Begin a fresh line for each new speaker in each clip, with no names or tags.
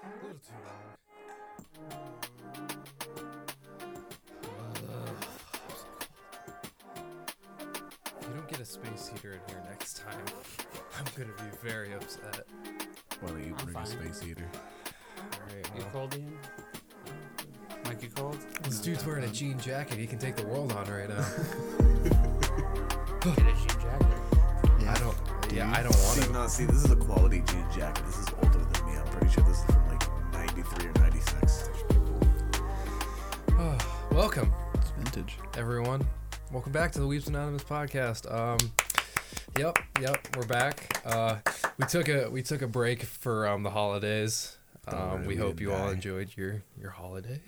Koltuğu. If you don't get a space heater in here next time, I'm gonna be very upset.
Why don't you
I'm
bring
fine.
a space heater?
All right,
You
well,
cold, Ian? Mike, you cold?
this dude's wearing a jean jacket. He can take the world on right now.
Get a jean jacket.
I don't. Yeah, I don't want
see,
to.
No, see, this is a quality jean jacket. This is older than me. I'm pretty sure this is from like 93 or 96.
Welcome,
It's vintage.
everyone. Welcome back to the Weeps Anonymous podcast. Um, yep, yep, we're back. Uh, we took a we took a break for um the holidays.
Don't
Um,
worry,
we
we
hope
didn't
you all
die.
enjoyed your your holidays.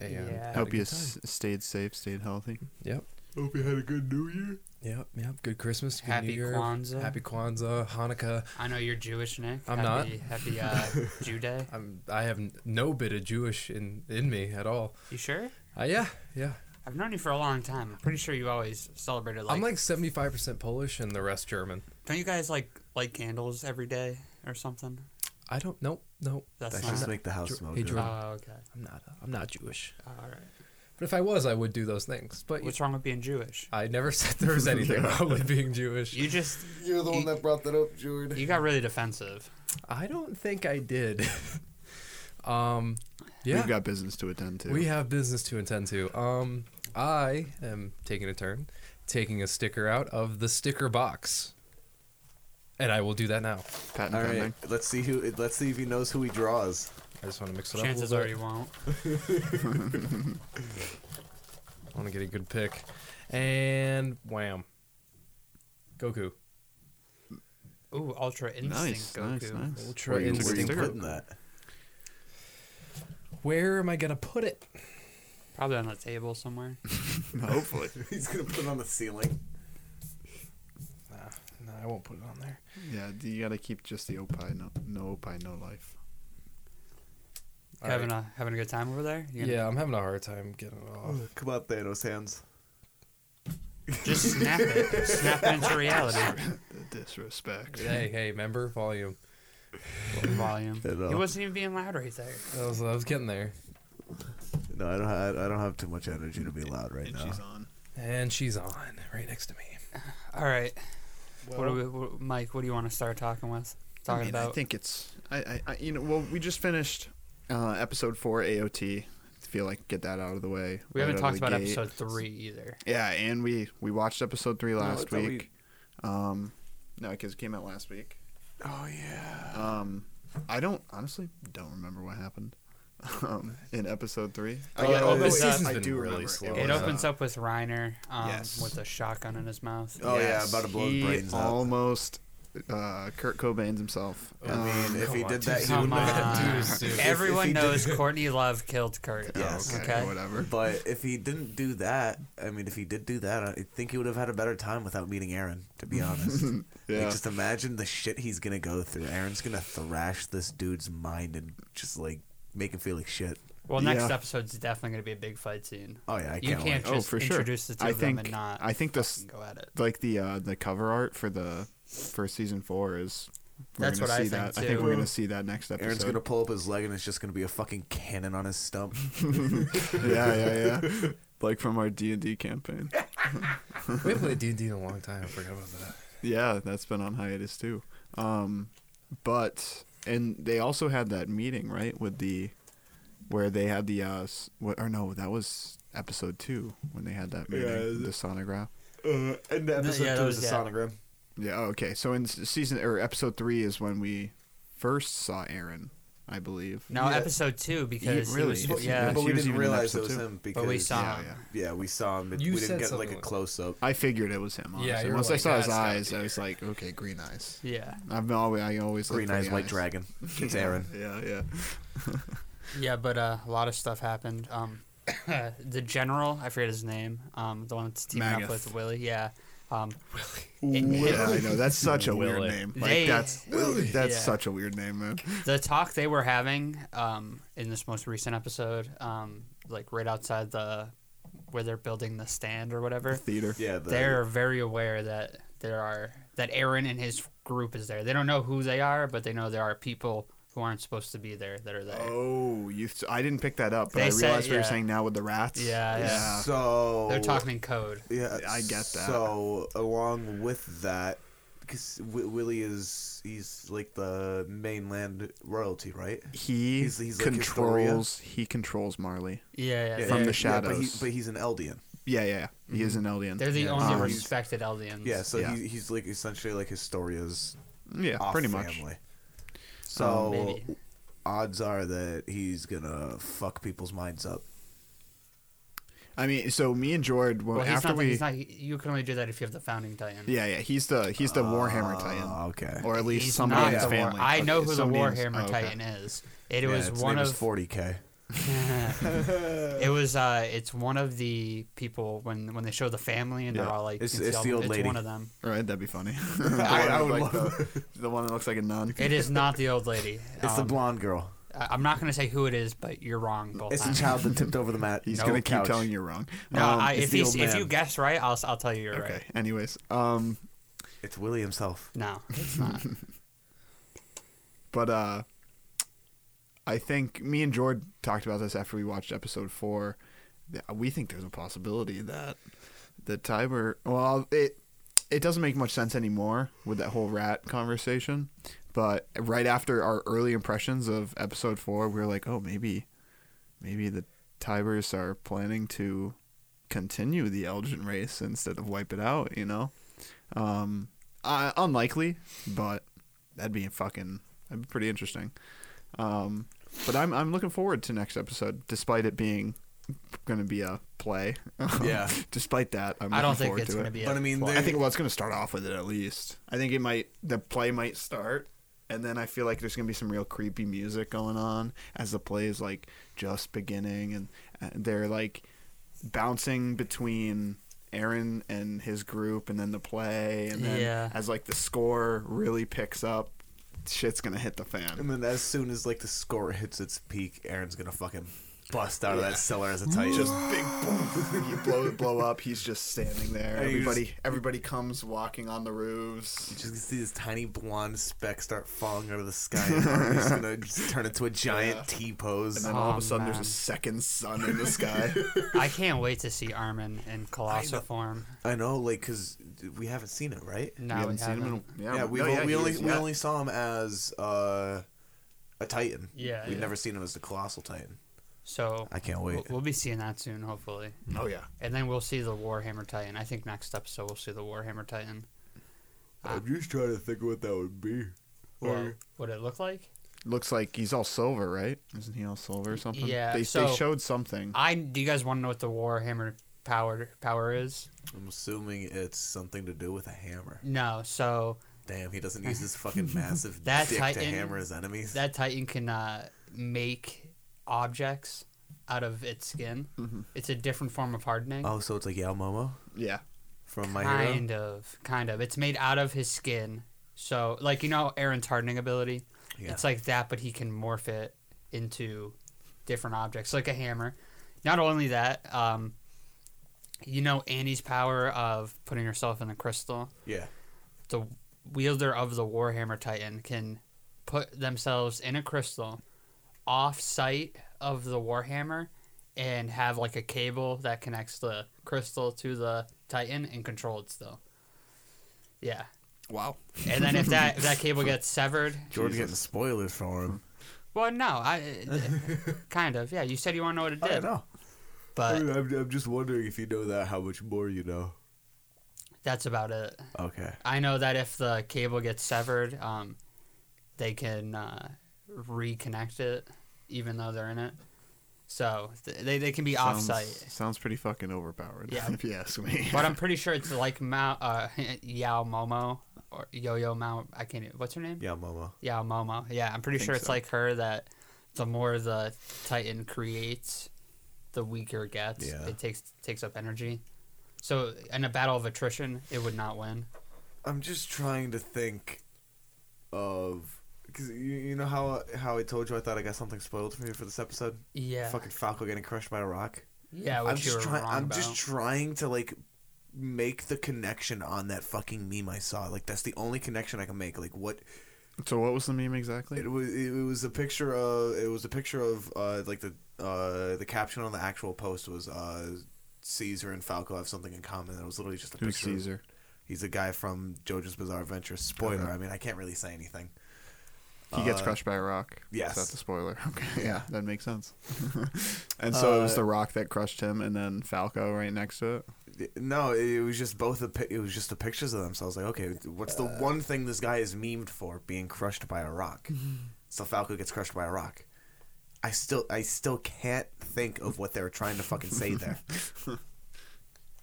And
Yeah.
had a
Hope
good
you
time.
s- stayed safe, stayed healthy.
Yep.
Hope you had a good New Year.
Yep. Yep. Good Christmas. Good New
Happy
Year.
Kwanzaa.
Happy Kwanzaa. Hanukkah.
I know you're Jewish, Nick.
I'm
happy, Happy uh, Jew Day.
I'm. I have n- no bit of Jewish in in me at all.
You sure?
Uh, yeah. Yeah.
I've known you for a long time. I'm pretty sure you always celebrated like.
I'm like 75 percent Polish and the rest German.
don't you guys like light candles every day or something?
I don't. Nope. Nope.
That's
That
not.
just make the house
Dr-
smell
hey,
good.
oh,
Jordan.
okay.
I'm not. uh, I'm not Jewish.
All right.
But if I was, I would do those things. But
What's wrong with being Jewish?
I never said there was anything wrong with being Jewish.
You just
You're the
one
that brought that up, Jordan.
you got really defensive.
I don't think I did. um. Yeah.
We've got business to attend to.
We have business to attend to. Um, I am taking a turn, taking a sticker out of the sticker box, and I will do that now.
patent
All right,
pending.
let's see who. Let's see if he knows who he draws.
I just want to mix it up.
Chances
a
are
little
you
bit.
won't.
I want to get a good pick, and wham, Goku.
Ooh, Ultra Instinct
Nice,
Goku.
nice, nice.
Ultra
Where you- where you
interesting.
putting that?
Where am I gonna put it?
Probably on the table somewhere.
Hopefully.
He's gonna put it on the ceiling.
Nah, nah, I won't put it on there.
Yeah, d- you gotta keep just the opie, no, no opie, no life.
All
having
right.
a having a good time over there. You gonna
Yeah, I'm having a hard time getting it off.
Come on, Thanos hands.
Just snap it. snap it into reality.
The disrespect.
hey, hey, member volume.
Volume.
At all.
He wasn't even being loud right there.
I was, I was getting there,
No, I don't. Have, I don't have too much energy to be loud right
And
now.
she's on.
and she's on right next to me.
All right. what do
Well,
we, what, Mike? What do you want to start talking with? Talking
I mean,
about.
I think it's. I, I, I. You know. Well, we just finished uh, episode four AOT. feel like get that out of the way.
we
right
haven't
out
talked
of the
about
gate.
episode three either.
Yeah, and we we watched episode three last
it's not
week. Um, no, because it came out last week.
Oh yeah.
Um, I don't honestly don't remember what happened um, in episode three. I,
yeah,
although
this
it-
season's
I
been
do
really
remember
slow.
was,
It
uh,
opens up with Reiner um,
yes.
with a shotgun in his mouth.
Oh yeah, about to blow his
he
brains out.
Almost, uh, Kurt Cobain's himself. Um,
I mean, if
Come
he
on,
did
too
that, he
soon.
would
Come
not
on.
Dude, dude. If- if
Everyone
he
knows Courtney Love killed Kurt.
Yes.
okay,
Okay.
whatever.
But if he didn't do that, I mean, if he did do that, I think he would have had a better time without meeting Aaron. To be honest, Like,
Yeah.
just imagine the shit he's gonna go through. Aaron's gonna thrash this dude's mind and just like make him feel like shit.
Well, next
Yeah.
episode's definitely going to be a big fight scene.
Oh yeah, I
you
can't.
can't
wait. Oh,
just
for sure.
introduce the two
I
of them
think-
and not.
I think this-
fucking go at it.
Like the uh, the cover art for the for season four is. We're
That's
gonna
what I
see
think,
that. I think
too.
we're gonna see that next episode.
Aaron's gonna pull up his leg and it's just gonna be a fucking cannon on his stump.
yeah, yeah, yeah. Like from our D and D campaign.
We haven't played D and D in a long time. I forgot about that.
Yeah, that's been on hiatus too. Um, but and they also had that meeting right with the where they had the uh s- what or no that was episode two when they had that meeting
Yeah.
the sonograph.
Uh, and the
episode yeah, two that is was- the yeah.
sonogram.
Yeah. oh, Okay. So in s- season or episode three is when we first saw Aaron, I believe.
No,
Yeah.
episode two because he
really?
was-
It's-
yeah,
it's-
but
she
we
was
didn't
even in
realize it
episode
was
two.
him because
but we saw
yeah,
him.
yeah.
Yeah, we saw him.
You
we didn't
said
get like
something
a
like-
close up.
I figured it was him.
Yeah,
Honestly.
you were
Once I
like,
saw his
"That's gotta be
eyes, I
it."
was like, okay, green eyes.
Yeah.
I've always, I always look
Green
for
eyes,
the
white dragon. It's Aaron.
Yeah, yeah.
Yeah, but uh, a lot of stuff happened. Um, the general, I forget his name, um, the one that's teaming
Magath.
up with Willie. Yeah, um,
Yeah, I know that's such a weird
Willie.
name. Like
They-
that's that's
Yeah.
such a weird name, man.
the talk they were having um, in this most recent episode, um, like right outside the where they're building the stand or whatever,
Theater.
Yeah, the,
they're very aware that there are that Aaron and his group is there. They don't know who they are, but they know there are people who aren't supposed to be there that are there.
Oh, you! I didn't pick that up, but
They
I
said-
realized what you're
yeah.
saying now with the rats.
Yeah, yeah.
So
They're talking in code.
Yeah,
I get that.
So along with that, because w- Willie is he's like the mainland royalty, right?
He
He's- he's like
controls. he controls Marley.
Yeah, yeah.
Yeah,
they're,
From the
yeah, yeah, but, he,
shadows.
but he's an Eldian.
Yeah, yeah. yeah. He is an Eldian.
Mm-hmm. they're the
Yeah,
only
um,
respected Eldians.
Yeah, so
Yeah.
He, he's like essentially like Historia's
yeah,
off
pretty much.
family. So
Oh, maybe.
odds are that he's gonna fuck people's minds up.
I mean, so me and Jord, well,
Well, he's
after
not,
we,
he's not. You can only do that if you have the founding Titan.
yeah, yeah, he's the he's the Warhammer Titan,
Oh, okay.
or at least
He's
somebody
not
in his
the war-
family.
I
Okay,
know who the
somebody in his-
Warhammer
oh, okay.
Titan is. It
yeah,
was
its
one
name
of
is 40k.
it was uh it's one of the people when when they show the family and
Yeah.
they're all like you
It's-
can see
it's
all
the
them.
old lady.
it's one of them.
Right, that'd be funny.
I- I
The one
would
with, like, the, the one that looks like a nun.
It is not the old lady.
It's the
Um,
blonde girl.
I- I'm not gonna say who it is, but you're wrong both
It's the
times.
child that tipped over the mat.
He's
No
gonna keep
couch.
telling you wrong.
No,
Um,
I,
it's
if,
the
he's-
old
if
man.
you guess right, I'll s- I'll tell you you're
okay.
right.
Anyways, um,
It's Willie himself.
No, it's not.
But uh I think me and Jord talked about this after we watched episode four. that We think there's a possibility that the Tiber. Well, it it doesn't make much sense anymore with that whole rat conversation. But right after our early impressions of episode four, we were like, oh, maybe, maybe the Tibers are planning to continue the Elgin race instead of wipe it out. You know, um, uh, unlikely, but that'd be fucking that'd be pretty interesting. Um, but I'm I'm looking forward to next episode, despite it being going to be a play.
Yeah.
despite that, I'm
I don't
looking
think
forward
it's
to
gonna
it.
be.
But
I
I mean,
I think well, it's going to start off with it at least. I think it might the play might start, and then I feel like there's going to be some real creepy music going on as the play is like just beginning, and uh, they're like bouncing between Aaron and his group, and then the play, and then
Yeah.
as like the score really picks up, shit's going to hit the fan.
And then as soon as like the score hits its peak, Aaron's gonna fucking bust out of that cellar as a titan.
Just big boom. you blow blow up. He's just standing there.
And you
Everybody everybody comes walking on the roofs.
you just see this tiny blonde speck start falling out of the sky. And Arby's gonna just turn into a giant
Yeah.
T pose.
And then all of
Oh,
a sudden,
man.
there's a second sun in the sky.
I can't wait to see Armin in colossal form.
I know, like, cause we haven't seen it, right?
No, we haven't.
in
Yeah, we've, o- we only we only saw him as uh, a titan.
Yeah,
we've
yeah.
never seen him as the colossal titan.
So
I can't
we'll,
wait.
we'll be seeing that soon, hopefully.
Oh yeah.
And then we'll see the Warhammer Titan. I think next episode we'll see the Warhammer Titan. I'm
just trying to think what that would be.
Well, what it look like?
Looks like he's all silver, right? Isn't he all silver or something?
Yeah,
They,
so-
they showed something.
I do. You guys want to know what the Warhammer power power is?
I'm assuming it's something to do with a hammer.
No. So
Damn, he doesn't use his fucking massive
That
dick to
Titan-
hammer his enemies.
that Titan can uh, make objects out of its skin. It's a different form of hardening.
oh, so it's like Yao Momo
Yeah.
from My Hero.
kind of, kind of. It's made out of his skin. So like you know Aaron's hardening ability.
Yeah.
It's like that, but he can morph it into different objects, like a hammer. Not only that, um, you know Annie's power of putting herself in a crystal.
yeah,
the wielder of the Warhammer Titan can put themselves in a crystal off site of the Warhammer and have like a cable that connects the crystal to the Titan and control it still. Yeah.
Wow.
And then if that if that cable gets severed,
Jordan
Jesus.
getting spoilers for him.
well, no, I kind of yeah. You said you want to know what it
I don't
did,
know.
but
I'm, I'm just wondering if you know that, how much more you know.
that's about it.
Okay.
I know that if the cable gets severed, um, they can uh, reconnect it, even though they're in it. So th- they they can be
Sounds-
offsite.
Sounds pretty fucking overpowered.
Yeah.
If you ask me.
But I'm pretty sure it's like Mao, uh, Yao Momo or Yo Yo Mao. I can't. even- What's her name?
Yeah, Momo.
Yao Momo. Yeah, I'm pretty
Think
sure it's
so.
like her that the more the Titan creates, the weaker it gets.
Yeah.
It takes takes up energy. So in a battle of attrition, it would not win.
I'm just trying to think of. Because you, you know how how I told you I thought I got something spoiled for you for this episode?
Yeah.
Fucking Falco getting crushed by a rock?
Yeah, which
I'm
you
just
were
trying.
wrong
I'm
about.
just trying to like make the connection on that fucking meme I saw. Like that's the only connection I can make. Like what
So what was the meme exactly?
It was it was a picture of it was a picture of uh, like the uh, the caption on the actual post was uh, Caesar and Falco have something in common. It was literally just a
Who's
picture. of-
Caesar?
He's a guy from JoJo's Bizarre Adventure. Spoiler.
Okay.
I mean, I can't really say anything.
He gets
Uh,
crushed by a rock.
yes.
That's a spoiler. Okay. Yeah, that makes sense. and so it was
Uh,
the rock that crushed him, and then Falco right next to it.
No, it was just both the pi- it was just the pictures of them. So I was like, okay, what's
Uh.
the one thing this guy is memed for? Being crushed by a rock. so Falco gets crushed by a rock. I still I still can't think of what they were trying to fucking say there.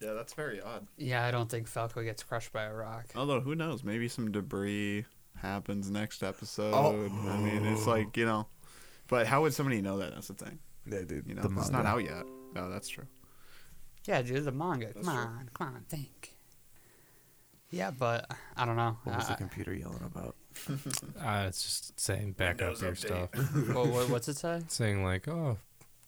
Yeah, that's very odd.
Yeah, I don't think Falco gets crushed by a rock.
Oh.
Although who knows? Maybe some debris happens next episode.
Oh.
I mean, it's like you know, but how would somebody know that? That's the thing.
yeah, dude,
You know,
the
it's
manga.
not out yet. No, that's true.
Yeah, dude, the manga. Come
That's true.
on, come on, think. Yeah, but I don't know.
What was the
Uh,
computer yelling about?
Uh, it's just saying back up
Windows
your
update.
stuff.
what, what, what's it say?
saying like, oh,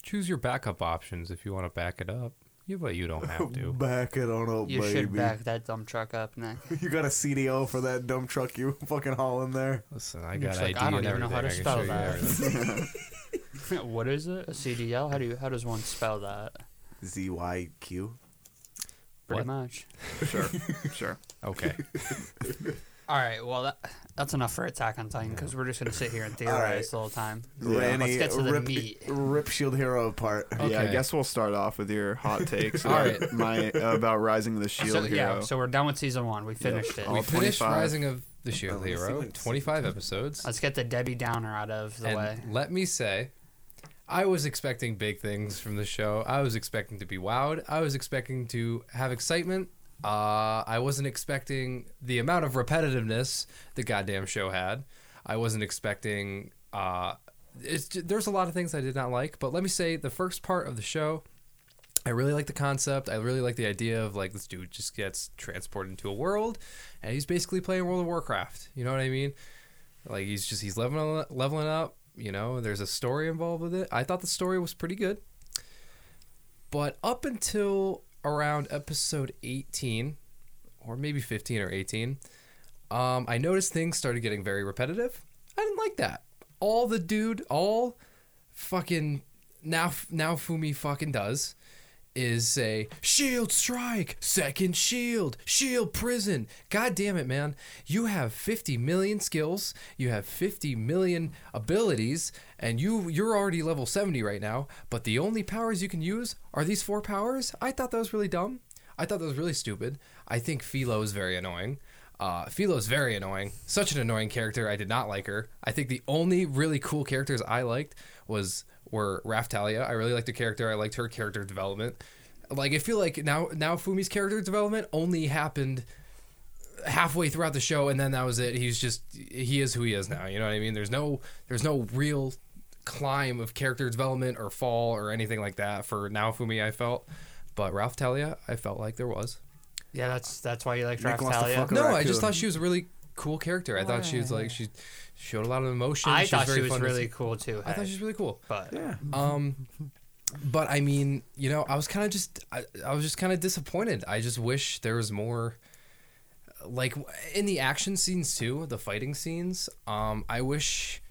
choose your backup options if you want to back it up. Yeah, but you don't have to.
Back it on up,
You should
Oh, baby.
back that dumb truck up, Nick.
You got a CDO for that dumb truck you fucking haul in there.
Listen, I
You're
got
just
ID
like, I don't
and
even know how
everything.
to
I can show
spell
you
that.
everything.
what is it? A CDL? How do you? How does one spell that?
ZYQ.
Pretty
What?
much.
Sure, sure.
okay.
All right. Well, that, that's enough for Attack on Titan because we're just gonna sit here and
right.
theorize the whole time.
Yeah.
Randy,
Let's get to the
rip,
meat. Oh,
rip Shield Hero apart.
Yeah, I
Okay.
guess we'll start off with your hot takes.
All
about
right.
my about rising the shield
so,
hero.
Yeah. So we're done with season one. We finished it.
Oh.
All
we finished
25.
Rising of the Shield
let me see
Hero.
when it's-
25 episodes.
Let's get the Debbie Downer out of the
and
way.
let me say, I was expecting big things from the show. I was expecting to be wowed. I was expecting to have excitement. Uh, I wasn't expecting the amount of repetitiveness the goddamn show had. I wasn't expecting. Uh, it's ju- there's a lot of things I did not like, but let me say the first part of the show. I really like the concept. I really like the idea of like this dude just gets transported into a world, and he's basically playing World of Warcraft. You know what I mean? Like he's just he's leveling leveling up. You know, there's a story involved with it. I thought the story was pretty good, but up until around episode 18, or maybe 15 or 18, um, I noticed things started getting very repetitive. I didn't like that. All the dude, all fucking now now Fumi fucking does is say shield strike, second shield, shield prison. God damn it, man! You have 50 million skills, you have 50 million abilities, and you you're already level 70 right now. But the only powers you can use are these four powers. I thought that was really dumb. I thought that was really stupid. I think Philo is very annoying. Uh, Philo's very annoying. Such an annoying character. I did not like her. I think the only really cool characters I liked was were Raftalia. I really liked the character. I liked her character development. Like I feel like now now Fumi's character development only happened halfway throughout the show and then that was it he's just he is who he is now you know what i mean there's no there's no real climb of character development or fall or anything like that for naofumi i felt but ralph talia i felt like there was
Yeah, that's that's why you like
Nick wants to
Draftalia.
fuck a
no i
raccoon.
just thought she was a really cool character i thought she was like she showed a lot of emotion
I
was
thought she
very
was
fun to
really
see.
cool too.
i thought she was really cool
but
Yeah.
um but i mean you know i was kind of just I, I was just kind of disappointed i just wish there was more like in the action scenes too the fighting scenes um i wish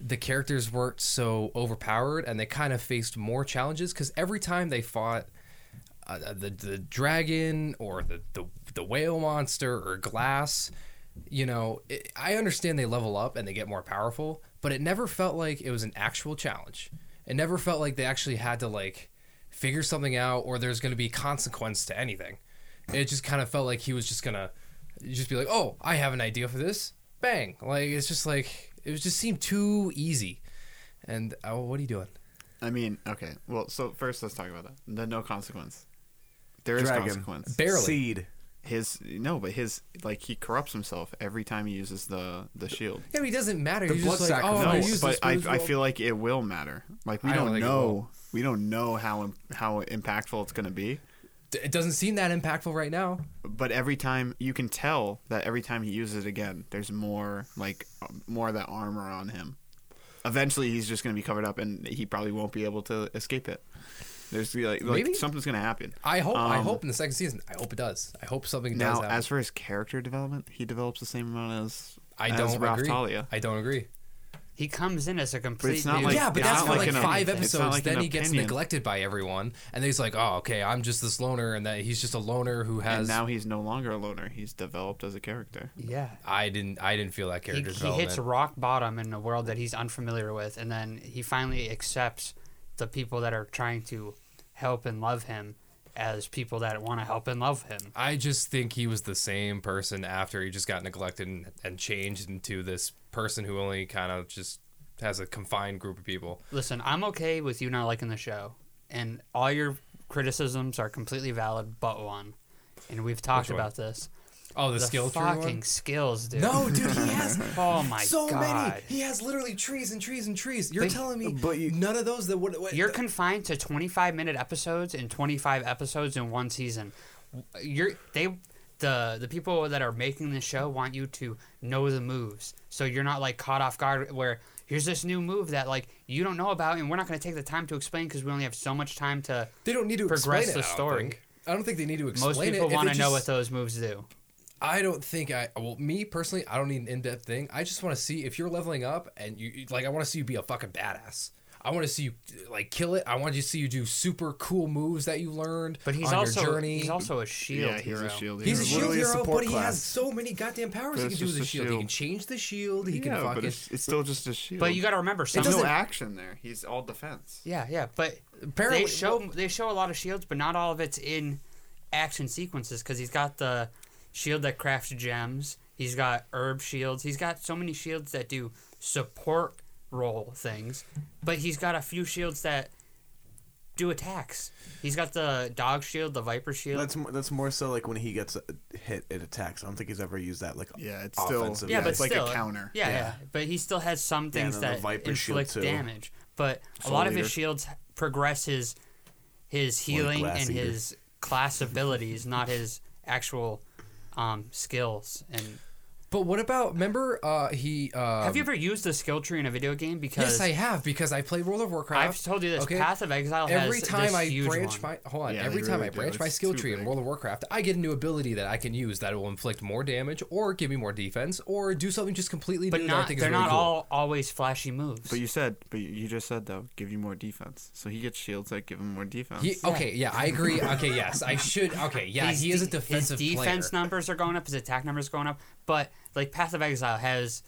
the characters weren't so overpowered and they kind of faced more challenges because every time they fought uh, the the dragon or the, the the whale monster or glass you know it, i understand they level up and they get more powerful but it never felt like it was an actual challenge it never felt like they actually had to like figure something out or there's going to be consequence to anything it just kind of felt like he was just going to just be like oh i have an idea for this bang like it's just like it was just seemed too easy and oh what are you doing
I mean, okay. Well, so first let's talk about that. The no consequence. There is
Dragon.
consequence.
barely
Seed.
his no, but his like he corrupts himself every time he uses the the shield.
yeah but it doesn't matter
The
He's
blood
just like, oh,
sacrifice.
I'm
no,
gonna use
but
this
I,
move.
I feel like it will matter. Like we
I don't
don't
think it
know
will.
we don't know how im- how impactful it's going to be.
it doesn't seem that impactful right now
But every time you can tell that every time he uses it again, there's more like um, more of that armor on him. Eventually, he's just going to be covered up, and he probably won't be able to escape it. There's like, like
Maybe?
something's going to happen.
I hope. I
Um,
hope in the second season. I hope it does. I hope something
Now,
does. happen.
as for his character development, he develops the same amount as
I
as
don't
Ralph
agree.
Talia.
I don't agree.
He comes in as a complete.
not
new-
like-
yeah, but
it's
that's
not
for
like
like,
an
five
opinion. It's not
episodes.
like
then
an
he gets
opinion.
neglected by everyone, and then he's like, "Oh, okay, I'm just this loner," and that he's just a loner who has.
and now he's no longer a loner. He's developed as a character.
yeah.
I didn't. I didn't feel that
He,
character
he
development.
hits rock bottom in a world that he's unfamiliar with, and then he finally accepts the people that are trying to help and love him as people that want to help and love him.
I just think he was the same person after he just got neglected and, and changed into this person who only kind of just has a confined group of people.
Listen, I'm okay with you not liking the show, and all your criticisms are completely valid, but one. And we've talked
Which one?
about this.
Oh, the,
The
skill tree
fucking
one.
skills, dude.
No, dude, he has
Oh my
so
god.
many. He has literally trees and trees and trees. You're
Think-
telling me
but you-
none of those that would. what-
You're confined to 25 minute episodes and 25 episodes in one season. You're they the the people that are making this show want you to know the moves, so you're not like caught off guard. Where here's this new move that like you don't know about, and we're not going to take the time to explain because we only have so much time to.
they don't need to explain
progress
it,
the
I don't
story.
think. I don't think they need to explain
Most
it.
people
If they
want to know
just-
what those moves do.
I don't think I well me personally I don't need an in-depth thing. I just want to see if you're leveling up and you you- like I want to see you be a fucking badass. I want to see you like kill it. I want to see you do super cool moves that you learned
But he's
on your
also
journey.
he's also a shield
yeah,
hero.
he's a shield.
He's a
hero.
shield
literally a
hero,
support
but he has
class.
so many goddamn powers he
But
can
it's
do with
just
the
a
shield. He
shield.
can change the shield. He
Yeah,
can fucking
but it's, it's still just a shield.
But you got to remember some.
There's no
doesn't-
action there. He's all defense.
Yeah, yeah, but
Apparently-
they show they show a lot of shields, but not all of it's in action sequences because he's got the shield that crafts gems. He's got herb shields. He's got so many shields that do support role things, but he's got a few shields that do attacks. He's got the dog shield, the viper shield.
That's mo- that's more so like when he gets uh, hit, it attacks. I don't think he's ever used that like
Yeah, it's still-
offensive.
yeah,
yeah,
but
it's like a
still,
counter.
Yeah, yeah,
Yeah.
but he still has some
Yeah, and
things
then the
that
Viper shield,
inflict
too.
damage. But a
Soul
lot of his
Eater.
shields progress his his healing
Glass
and
Eater.
his class abilities, not his actual um, skills. And
But what about remember uh he uh
have you ever used the skill tree in a video game? Because
Yes, I have because I played World of Warcraft.
I've told you this. Path of Exile has
every time
this
I
huge
branch
one.
my hold on,
Yeah,
every
they
time
really
I
do.
branch my
It's
skill
too
tree in
big.
World of Warcraft, I get a new ability that I can use that will inflict more damage or give me more defense or do something just completely
But
new that I
not
think
they're
is really
not
cool.
all always flashy moves.
But you said, but you- you just said though, give you more defense. So he gets shields that give him more defense.
He, oh, okay, yeah, I agree. Okay, yes, I should. Okay, yeah,
His
he is a
de-
defensive
His defense
player.
numbers are going up. His attack numbers are going up. But like Path of Exile has,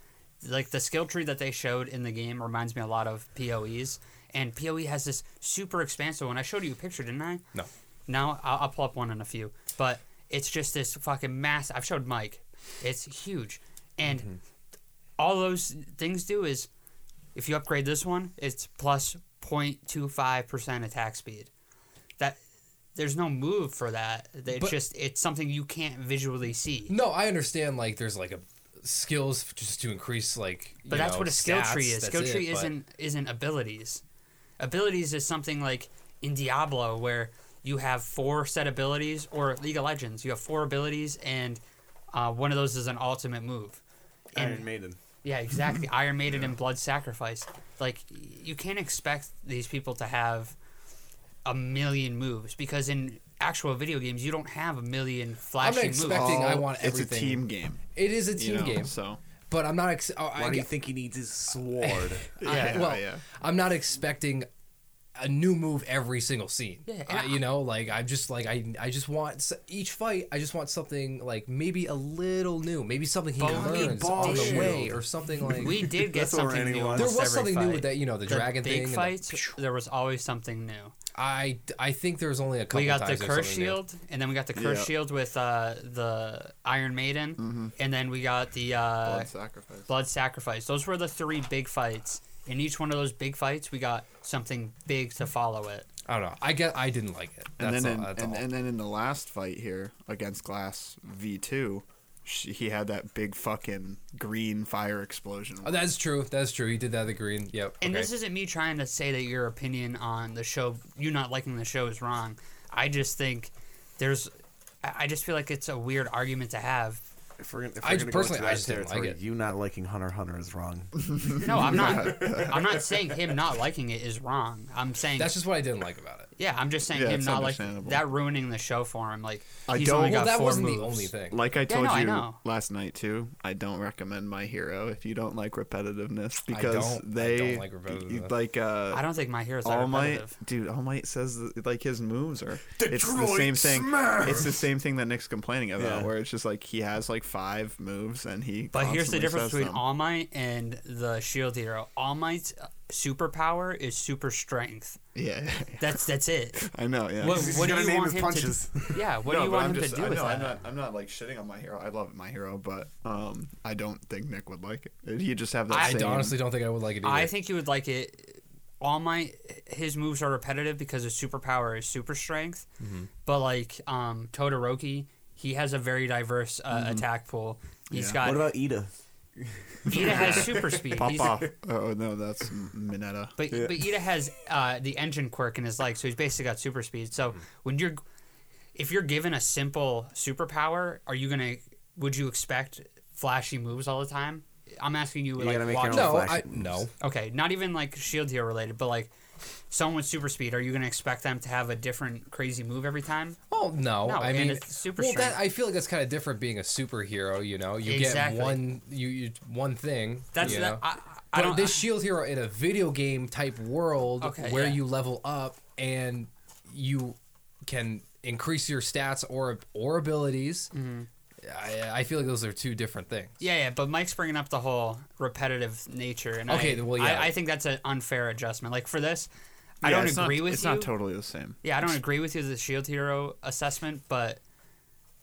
like the skill tree that they showed in the game reminds me a lot of Poe's. And Poe has this super expansive one. I showed you a picture, didn't I?
No.
Now I'll, I'll pull up one in a few. But it's just this fucking mass. I've showed Mike. It's huge, and
Mm-hmm.
all those things do is if you upgrade this one, it's plus 0.25% attack speed. That there's no move for that. It's
But-
just it's something you can't visually see.
No, I understand. Like, there's like a skills just to increase like.
But
you
that's
know,
what a skill
stats,
tree is.
that's
Skill
it,
tree
but-
isn't isn't abilities. Abilities is something like in Diablo where you have four set abilities, or League of Legends, you have four abilities, and uh, one of those is an ultimate move. And
Iron Maiden.
Yeah, exactly. Iron Maiden and Blood Sacrifice. Like y- you can't expect these people to have a million moves because in actual video games you don't have a million
I'm not
flashing moves.
expecting. I want
it's
everything.
a team game.
It is a
You
team
know,
game,
So
but I'm not. Ex- oh,
Why
I,
do you
get-
think he needs his sword?
I-
Yeah,
well,
yeah.
I'm not expecting a new move every single scene.
Yeah,
I-
and
you know, like I'm just like I I just want s- each fight. I just want something like maybe a little new, maybe something he
Bony
learns on the
bullshit.
way or something like.
We did get
That's what
something
Randy
new.
wants.
there
almost
was
every
something new with
fight.
that, you know, the,
The
dragon
big
thing. and the-
fights. there was always something new.
I I think there's only a couple.
We got the
times there's
curse
something new.
shield, and then we got the curse
Yeah.
shield with uh, the Iron Maiden,
Mm-hmm.
and then we got the uh,
Blood sacrifice.
Blood Sacrifice. Those were the three big fights. In each one of those big fights, we got something big to follow it.
I don't know. I get. I didn't like it.
and
That's
then
all.
in,
that's
and,
all.
and then in the last fight here against Glass V two, he had that big fucking green fire explosion.
Oh, that's true. That's true. He did that. The green. Yep.
And
okay.
this isn't me trying to say that your opinion on the show, you not liking the show, is wrong. I just think there's, I I just feel like it's a weird argument to have
if we're gonna, if we're
I
gonna
personally-
go into that
I just didn't like
territory,
it.
you not liking Hunter x Hunter is wrong.
No, I'm not. I'm not saying him not liking it is wrong. I'm saying
That's just what I didn't like about it.
yeah. I'm just saying
Yeah,
him
it's
not like
understandable.
that ruining the show for him. Like
I
he's
don't-
only
Well,
got
that
four
wasn't the
moves.
only thing.
Like I told
no, I
you
know.
last night too, I don't recommend My Hero if you don't like repetitiveness
I
because
don't- I
they
don't like repetitiveness.
like uh
I don't think my heroes that
All Might,
repetitive.
dude. All Might says that, like his moves are. it's the
Detroit
same thing.
Smash!
It's the same thing that Nick's complaining about,
Yeah.
where it's just like he has like five moves and he.
But here's the
constantly
difference
says
between
them.
All Might and the Shield Hero. All Might's superpower is super strength.
Yeah,
That's that's it.
I know. Yeah.
What,
He's
what do
gonna
you
name
want
his
him
punches.
to? do? Yeah, what
No,
do you
but
want
I'm
him
just,
to do
I
with
know,
that?
I'm not, I'm not like shitting on my hero. I love my hero, but um, I don't think Nick would like it. You just have that.
I
same-
honestly don't think I would like it either.
I think you would like it. All my his moves are repetitive because his superpower is super strength. But like um, Todoroki, he has a very diverse uh, attack pool. He's
Yeah.
got
What about Ida?
Ida has super speed.
Pop
He's-
off. Oh no, that's M- Mineta.
But but Ida has uh, the engine quirk in his leg, so he's basically got super speed. So when you're if you're given a simple superpower, are you gonna would you expect flashy moves all the time? I'm asking you,
You
like
gotta make
watch
your own
no,
flash
I
it.
no.
Okay, not even like Shield Hero related, but like someone with super speed, are you going to expect them to have a different crazy move every time?
Oh no!
No,
I
and
mean,
it's super
well,
strength.
that, I feel like that's kind of different being a superhero. You know, you
Exactly.
get one you, you one thing.
That's
you
that,
know?
I, I
But
don't.
this shield E hero in a video game type world
Okay,
where
yeah.
you level up and you can increase your stats or or abilities. I, I feel like those are two different things.
Mm-hmm. yeah, yeah, but Mike's bringing up the whole repetitive nature, and
Okay,
I,
well, yeah.
I, I think that's an unfair adjustment. Like for this, I
Yeah,
don't
it's not-
agree with
It's
you.
not totally the same.
yeah, I don't agree with you with the Shield Hero assessment, but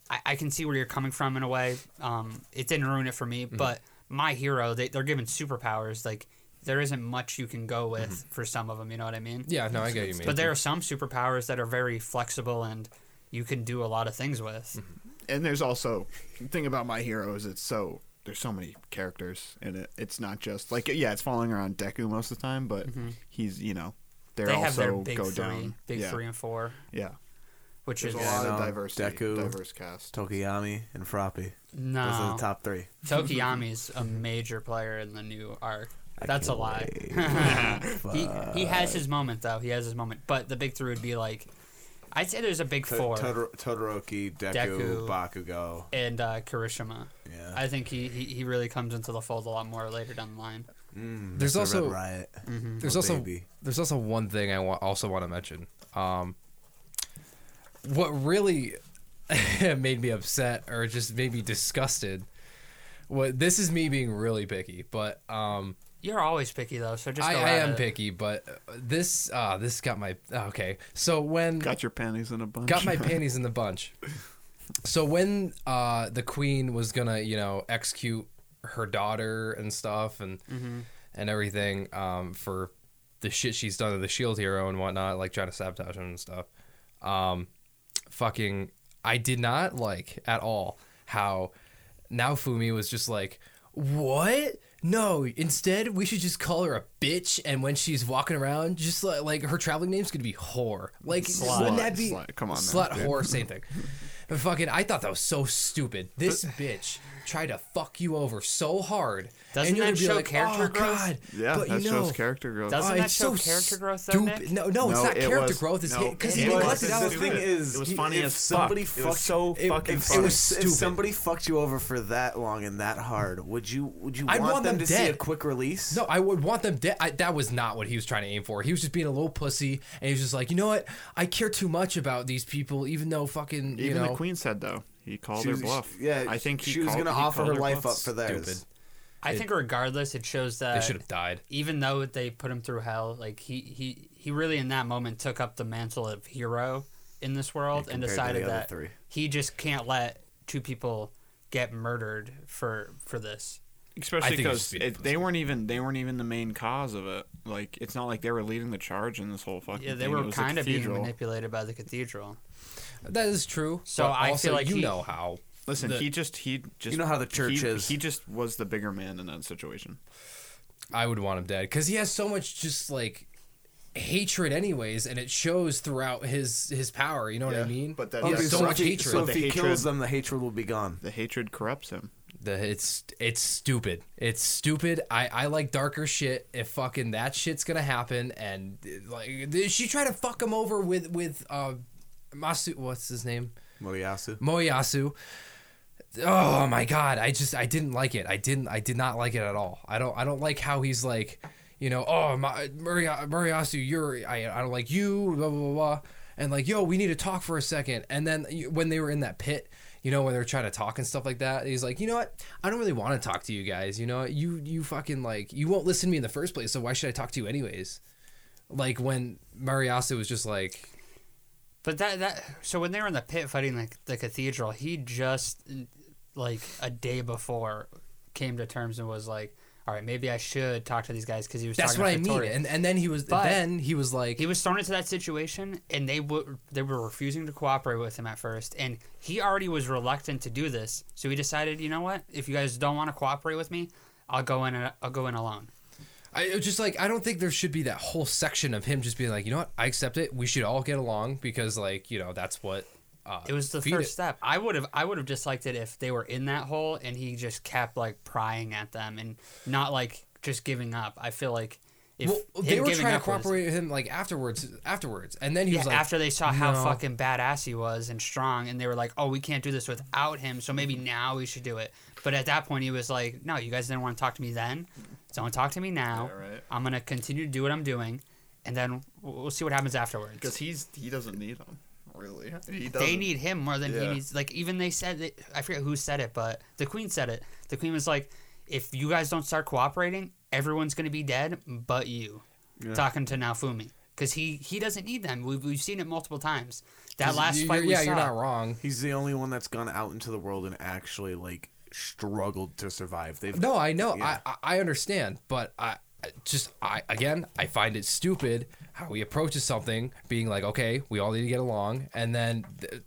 I, I can see where you're coming from in a way. Um, it didn't ruin it for me,
Mm-hmm.
but my hero, they, they're given superpowers. Like there isn't much you can go with for some of them. You know what I mean?
Mm-hmm. Yeah, no, I get what you mean.
But there are some superpowers that are very flexible and you can do a lot of things with.
Mm-hmm.
and there's also the thing about my hero is it's so there's so many characters in it. It's not just like yeah, it's following around Deku most of the time, but he's you know they're
They
also
have their big
go
three,
down
big
yeah,
three and four,
yeah.
which
There's
is
a
Yeah,
lot of
no,
diversity,
Deku.
diverse cast.
Tokiyami and Froppy. Those are
no.
the top three.
Tokiyami's a major player in the new arc.
I
That's a
can't
lie. he he has his moment though. He has his moment. But the big three would be like, I'd say there's a big
To-
four
Todor- Todoroki, Deku,
Deku.
Bakugo.
and uh, Kirishima.
Yeah.
I think he, he he really comes into the fold a lot more later down the line.
Mm,
There's
Mr. Red
also- Mm-hmm.
Riot.
there's
Oh,
also
baby.
there's also one thing I wa- also want to mention. Um, what really made me upset or just made me disgusted. What this is me being really picky, but um,
You're always picky though, so just
I,
go
I
at
am
it.
picky, but uh, this uh, this got my okay. So when
Got your panties in a bunch.
got my panties in the bunch. So when uh, the queen was gonna, you know, execute her daughter and stuff and and everything um, for the shit she's done to the shield E hero and whatnot, like trying to sabotage him and stuff. Um, fucking, I did not like at all how now Fumi was just like, what? No, instead we should just call her a bitch, and when she's walking around, just like, like her traveling name's gonna be whore. Like,
Slut.
wouldn't that be
Slut. Come on now,
slut
dude.
whore? Same thing. But fucking, I thought that was so stupid. This bitch tried to fuck you over so hard.
Doesn't
and you're
that
gonna be
show
like,
character
oh,
growth?
God,
yeah,
but
that
you know,
shows character growth.
Doesn't
oh,
that
it's
show
so
character growth, though,
stupid.
Nick?
No, no, it's
No,
not
it
character
was-
growth. It's
no,
because
it
he
was.
neglected
This
how
the
was
thing
stupid.
is,
It was funny
if
as
somebody
fuck. It was
fucked-
so
if-
fucking
if,
funny.
If,
Stupid.
if somebody fucked you over for that long and that hard, would you would you
I'd
want,
want
them,
them
to see a
dead.
quick release?
No, I would want them dead. I, that was not what he was trying to aim for. He was just being a little pussy, and he was just like, you know what? I care too much about these people, even though fucking, you
Even
know,
the queen said though he called
She
her
was-
Oh, bluff.
yeah,
I think he
she was
called-
gonna
he
offer
called
her life
bluff.
up for theirs.
stupid.
I think regardless, it shows that
They should have died.
even though they put him through hell, like he he he really in that moment took up the mantle of hero in this world
Yeah, compared
and
to the
decided
other
that
three.
he just can't let two people get murdered for for this.
I
especially
think it's
because
just being
they weren't even they weren't even the main cause of it. Like it's not like they were leading the charge in this whole fucking.
Yeah, they
thing. It
were
was the
kind of being
cathedral.
manipulated by the cathedral.
That is true.
So
but
I feel
also,
like
you
he-
know how.
Listen,
the-
he just he just
know how the church
he-
is.
He just was the bigger man in that situation.
I would want him dead because he has so much just like hatred anyways, and it shows throughout his his power. You know what I
Yeah,
mean?
but that-
He's
yeah,
got Oh, so
so
much
if he,
hatred.
So if
The
he
hatred-
kills them, the hatred will be gone.
The hatred corrupts him.
The, it's it's stupid. It's stupid. I I like darker shit. If fucking that shit's gonna happen, and uh, like th- she tried to fuck him over with with uh, Masu. What's his name?
Moriyasu.
Moyasu. Oh my god, I just I didn't like it. I didn't I did not like it at all. I don't I don't like how he's like, you know, oh my Muria- Muriyasu, you're I, I don't like you, blah blah blah. blah. And like, yo, we need to talk for a second. And then you- when they were in that pit, you know, when they were trying to talk and stuff like that, he's like, you know what? I don't really want to talk to you guys. You know, you you fucking like you won't listen to me in the first place, so why should I talk to you anyways? Like when Mariasu was just like,
But that that so when they were in the pit fighting like the cathedral, he just like a day before came to terms and was like, "All right, maybe I should talk to these guys" because he was.
that's
talking
what
to
I mean.
Victoria.
And and then he was
But-
then he was like
he was thrown into that situation, and they would they were refusing to cooperate with him at first, and he already was reluctant to do this. So he decided, you know what? If you guys don't want to cooperate with me, I'll go in. And, I'll go in alone.
I it was just like I don't think there should be that whole section of him just being like, you know what, I accept it. We should all get along because like you know that's what. Uh,
It was the
Feed
first
it.
step. I would have I would have disliked it if they were in that hole and he just kept like prying at them and not like just giving up. I feel like if
well, they
him
were
giving
trying to
up was-
cooperate with him like afterwards, afterwards, and then he
yeah,
was like,
after they saw how
"No."
fucking badass he was and strong, and they were like, "Oh, we can't do this without him, so
Mm-hmm.
maybe now we should do it." But at that point, he was like, "No, you guys didn't want to talk to me then. Don't talk to me now.
Yeah, right.
I'm gonna continue to do what I'm doing, and then we'll we'll see what happens afterwards."
Because he's he doesn't need them really. He doesn't.
they need him more than he
Yeah.
needs. Like even they said, that, I forget who said it, but the queen said it. The queen was like, "If you guys don't start cooperating, everyone's gonna be dead, but you." Talking to Naofumi because he he doesn't need them. We've, we've seen it multiple times. That
'Cause
last
you-
fight,
you're-
we
yeah,
saw,
you're not wrong.
He's the only one that's gone out into the world and actually like struggled to survive. They've
No, I know,
Yeah.
I I I understand, but I I just I again I find it stupid how he approaches something being like, okay, we all need to get along, and then. Th-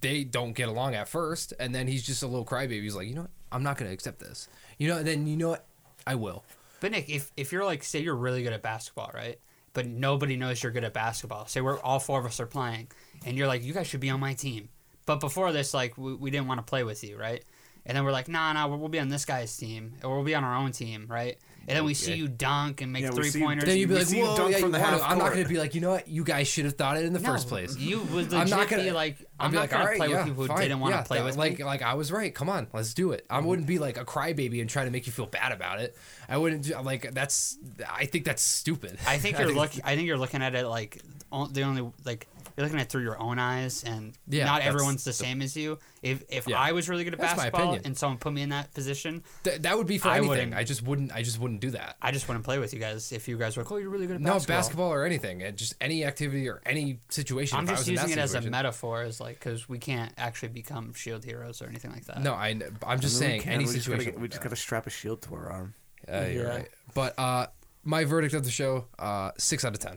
they don't get along at first, and then he's just a little crybaby. He's like, you know what? I'm not going to accept this. You know, then you know what? I will.
But Nick, if if you're like, say you're really good at basketball, right? But nobody knows you're good at basketball. Say we're all four of us are playing, and you're like, you guys should be on my team. But before this, like, we, we didn't want to play with you, right? And then we're like, nah, nah, we'll, we'll be on this guy's team, or we'll be on our own team, right? And then we see you dunk and make
Yeah, we
three
see you
pointers.
Then you'd be
We
like,
see you
"Whoa,
dunk
yeah,
from
you
the
wanna-"
half
I'm not
court.
gonna be like, you know what? You guys should have thought it in the first place.
You would legit
I'm not gonna
be like, I'm,
be
not gonna
"Alright,
play
yeah,
with people who
fine,
didn't want to
yeah,
play
that-
with
like
me. Mm-hmm.
like I was right. Come on, let's do it. I wouldn't be like a crybaby and try to make you feel bad about it. I wouldn't do, like that's. I think that's stupid.
I think you're
it's-
looking. I think you're looking at it like on- the only like you're looking at it through your own eyes, and
Yeah,
not
that's
everyone's the same as you. If if
Yeah.
I was really good at
That's my
basketball
opinion.
and someone put me in that position,
Th- that would be for
I
anything.
wouldn't-
I just wouldn't. I just wouldn't do that.
I just wouldn't play with you guys. If you guys were like, oh, you're really good at
No
basketball.
basketball or anything. It- Just any activity or any situation.
I'm
if I
just
was in that
using it as a
situation.
metaphor, as like because we can't actually become shield heroes or anything like that.
No, I. kn- I'm just
I mean, we
saying
can,
any
we just gotta
situation.
get- we
like
just
that.
gotta strap a shield to our arm.
Uh, you're
Yeah.
right. But uh, my verdict of the show: uh, six out of ten.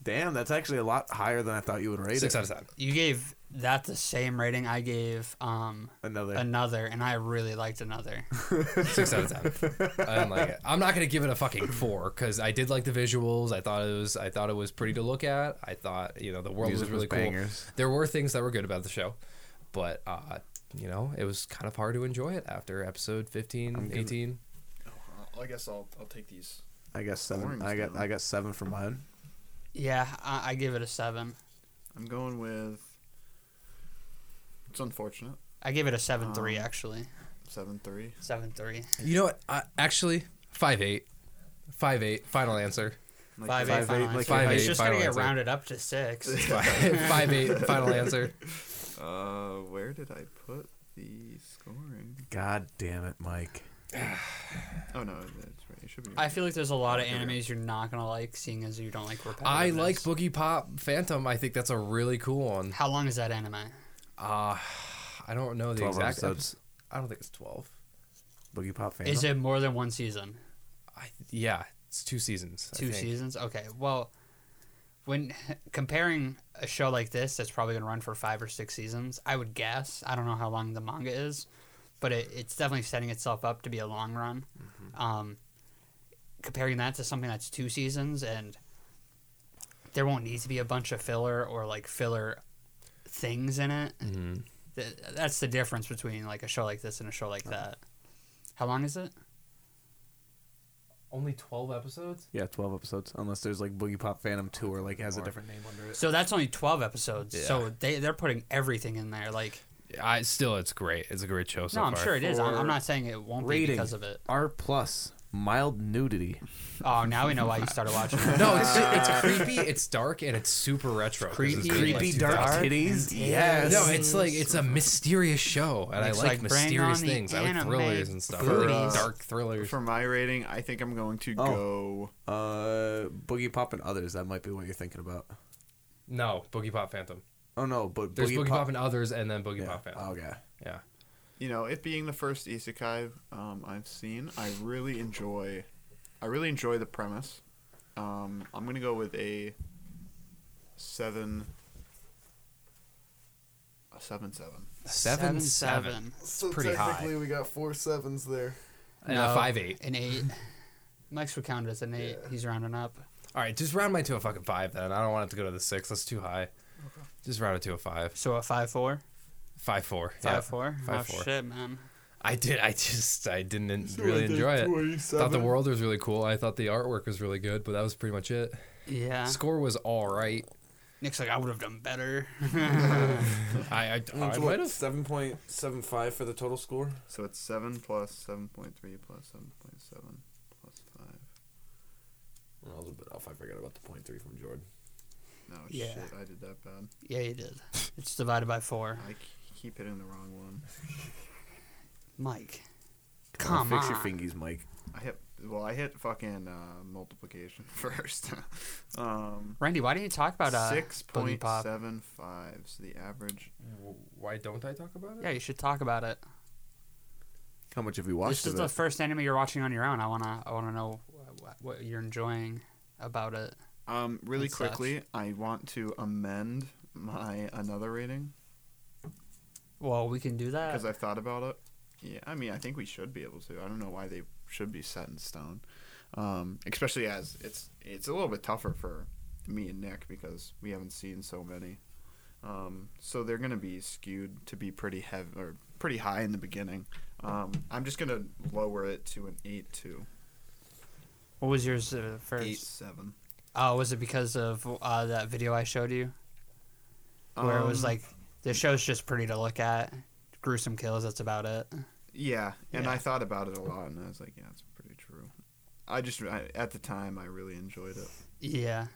Damn, that's actually a lot higher than I thought you would rate
Six
it.
out of ten.
you gave that the same rating I gave um
Another.
another, and I really liked another.
Six out of ten. I didn't like it. I'm not gonna give it a fucking four because I did like the visuals. I thought it was I thought it was pretty to look at. I thought you know the world
Music
was really
was
cool.
bangers.
There were things that were good about the show, but uh, you know it was kind of hard to enjoy it after episode 15, 18.
Oh, I guess I'll I'll take these.
I got seven.
Boring's
I got
down.
I got seven for mine.
yeah, I, I give it a seven.
I'm going with. It's unfortunate.
I gave it a seven three
Um,
actually.
Seven three.
Seven three.
You know what? I, actually, five eight, five eight. Final answer.
Five
Five, eight,
eight,
final
like
answer.
five
It's
eight,
just gonna
final
get
answer.
rounded up to six.
Five, five eight. Final answer.
Uh, where did I put the scoring?
God damn it, Mike.
Oh no, it's right. It should be.
I
Right.
feel like there's a lot of
Here we go.
animes you're not gonna like, seeing as you don't like repetitive.
I like Boogie Pop Phantom. I think that's a really cool one.
How long is that anime?
Uh, I don't know the
12
exact.
episodes.
epi- I don't think it's twelve.
Boogie Pop fan.
Is it more than one season?
I, yeah, it's two seasons. I
Two
think.
seasons? Okay. Well, when comparing a show like this that's probably gonna run for five or six seasons, I would guess. I don't know how long the manga is, but it, it's definitely setting itself up to be a long
Mm-hmm.
run. Um, comparing that to something that's two seasons and there won't need to be a bunch of filler or like filler things in it.
Mm-hmm.
Th- that's the difference between like a show like this and a show like
Uh-huh.
that. How long is it?
Only twelve episodes.
Yeah, twelve episodes, unless there's like Boogie Pop Phantom Two or like has a different name under it.
So that's only twelve episodes.
Yeah.
So they they're putting everything in there. Like
I still, it's great. It's a great show so
no, I'm
far.
sure it is. I'm,
For
I'm not saying it won't be
rating.
because of it.
R plus mild nudity.
Oh, now we know why you started watching. it.
No, it's it's creepy. It's dark and it's super retro. 'cause it's
Creepy,
made in, like,
Creepy dark,
2000.
titties. Yes.
No, it's like it's a mysterious show, and
It's
I like,
like, bring
mysterious
on the
things. I like
anime
thrillers and stuff.
booties.
Dark thrillers.
For my rating, I think I'm going
Oh.
to go.
Uh, Boogie Pop and others. That might be what you're thinking about.
No, Boogie Pop Phantom.
Oh no, but
There's Boogie, Pop and others, and then Boogie
yeah.
Pop Phantom.
Oh yeah.
Yeah.
You know, it being the first isekai um, I've seen, I really enjoy. I really enjoy the premise. Um, I'm gonna go with a seven. A seven seven.
Seven, seven.
So
pretty high.
technically, we got four sevens there.
And a five eight.
An eight. Mike's would count it as an eight. He's rounding up.
All right, just round mine to a fucking five then. I don't want it to go to the six. That's too high. Just round it to a five.
So a five four.
Five four.
Five
yeah.
four.
Five
oh
four.
shit, man.
I did. I just. I didn't en- really enjoy it. Thought the world was really cool. I thought the artwork was really good, but that was pretty much it.
Yeah.
Score was all right.
Nick's like I would have done better.
I. I, I might have.
seven point seven five for the total score.
So it's seven plus seven point three plus seven point seven plus five.
I was a bit off. I forgot about the point three from Jordan.
No
Yeah.
shit, I did that bad.
yeah, you did. It's divided by four.
I keep hitting the wrong one.
Mike. Come
fix
on.
your fingies, Mike.
I hit well. I hit fucking uh, multiplication first. um,
Randy, why didn't you talk about uh,
six
Boogie
point
Pop?
seven five. So the average.
Why don't I talk about it?
Yeah, you should talk about it.
How much have you watched
this is
of
the
it?
first anime you're watching on your own. I wanna, I wanna know wh- wh- what you're enjoying about it.
Um, really
And such.
quickly, I want to amend my another rating
Well, we can do that.
because I thought about it. Yeah, I mean, I think we should be able to. I don't know why they should be set in stone, um, especially as it's it's a little bit tougher for me and Nick because we haven't seen so many. Um, so they're gonna be skewed to be pretty heavy or pretty high in the beginning. Um, I'm just gonna lower it to an eight two
what was yours uh, first?
eight seven.
Oh, was it because of uh, that video I showed you, where it was
Um,
like the show's just pretty to look at, gruesome kills. That's about it.
Yeah, and
Yeah.
I thought about it a lot, and I was like, yeah, it's pretty true. I just I, at the time I really enjoyed it.
Yeah.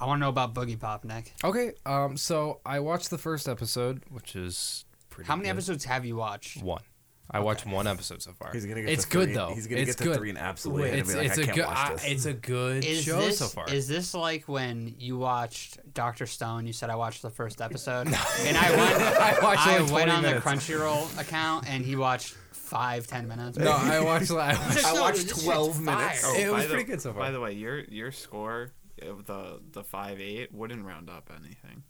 I want to know about Boogie Pop, Nick.
Okay, um, so I watched the first episode, which is pretty.
How many
good.
episodes have you watched?
One. I watched one episode so far.
He's gonna get
it's
to
good
three-
though.
he's gonna
it's
get to
good.
three and absolutely hate it and
It's,
be like,
it's
"I
a
can't
good.
watch
I-
this."
it's a good
Is
show
this
so far.
is this like when you watched Doctor Stone? You said I watched the first episode, and I went
I watched
I
like
went
20
on
minutes.
the Crunchyroll account, and he watched five ten minutes. Oh,
No, I watched. I
He's like,
watched.
I
"No,
watched
this shit's
12
fire."
minutes.
It
Oh, by
was
the-
pretty good so far.
By the way, your your score of the the five eight wouldn't round up anything.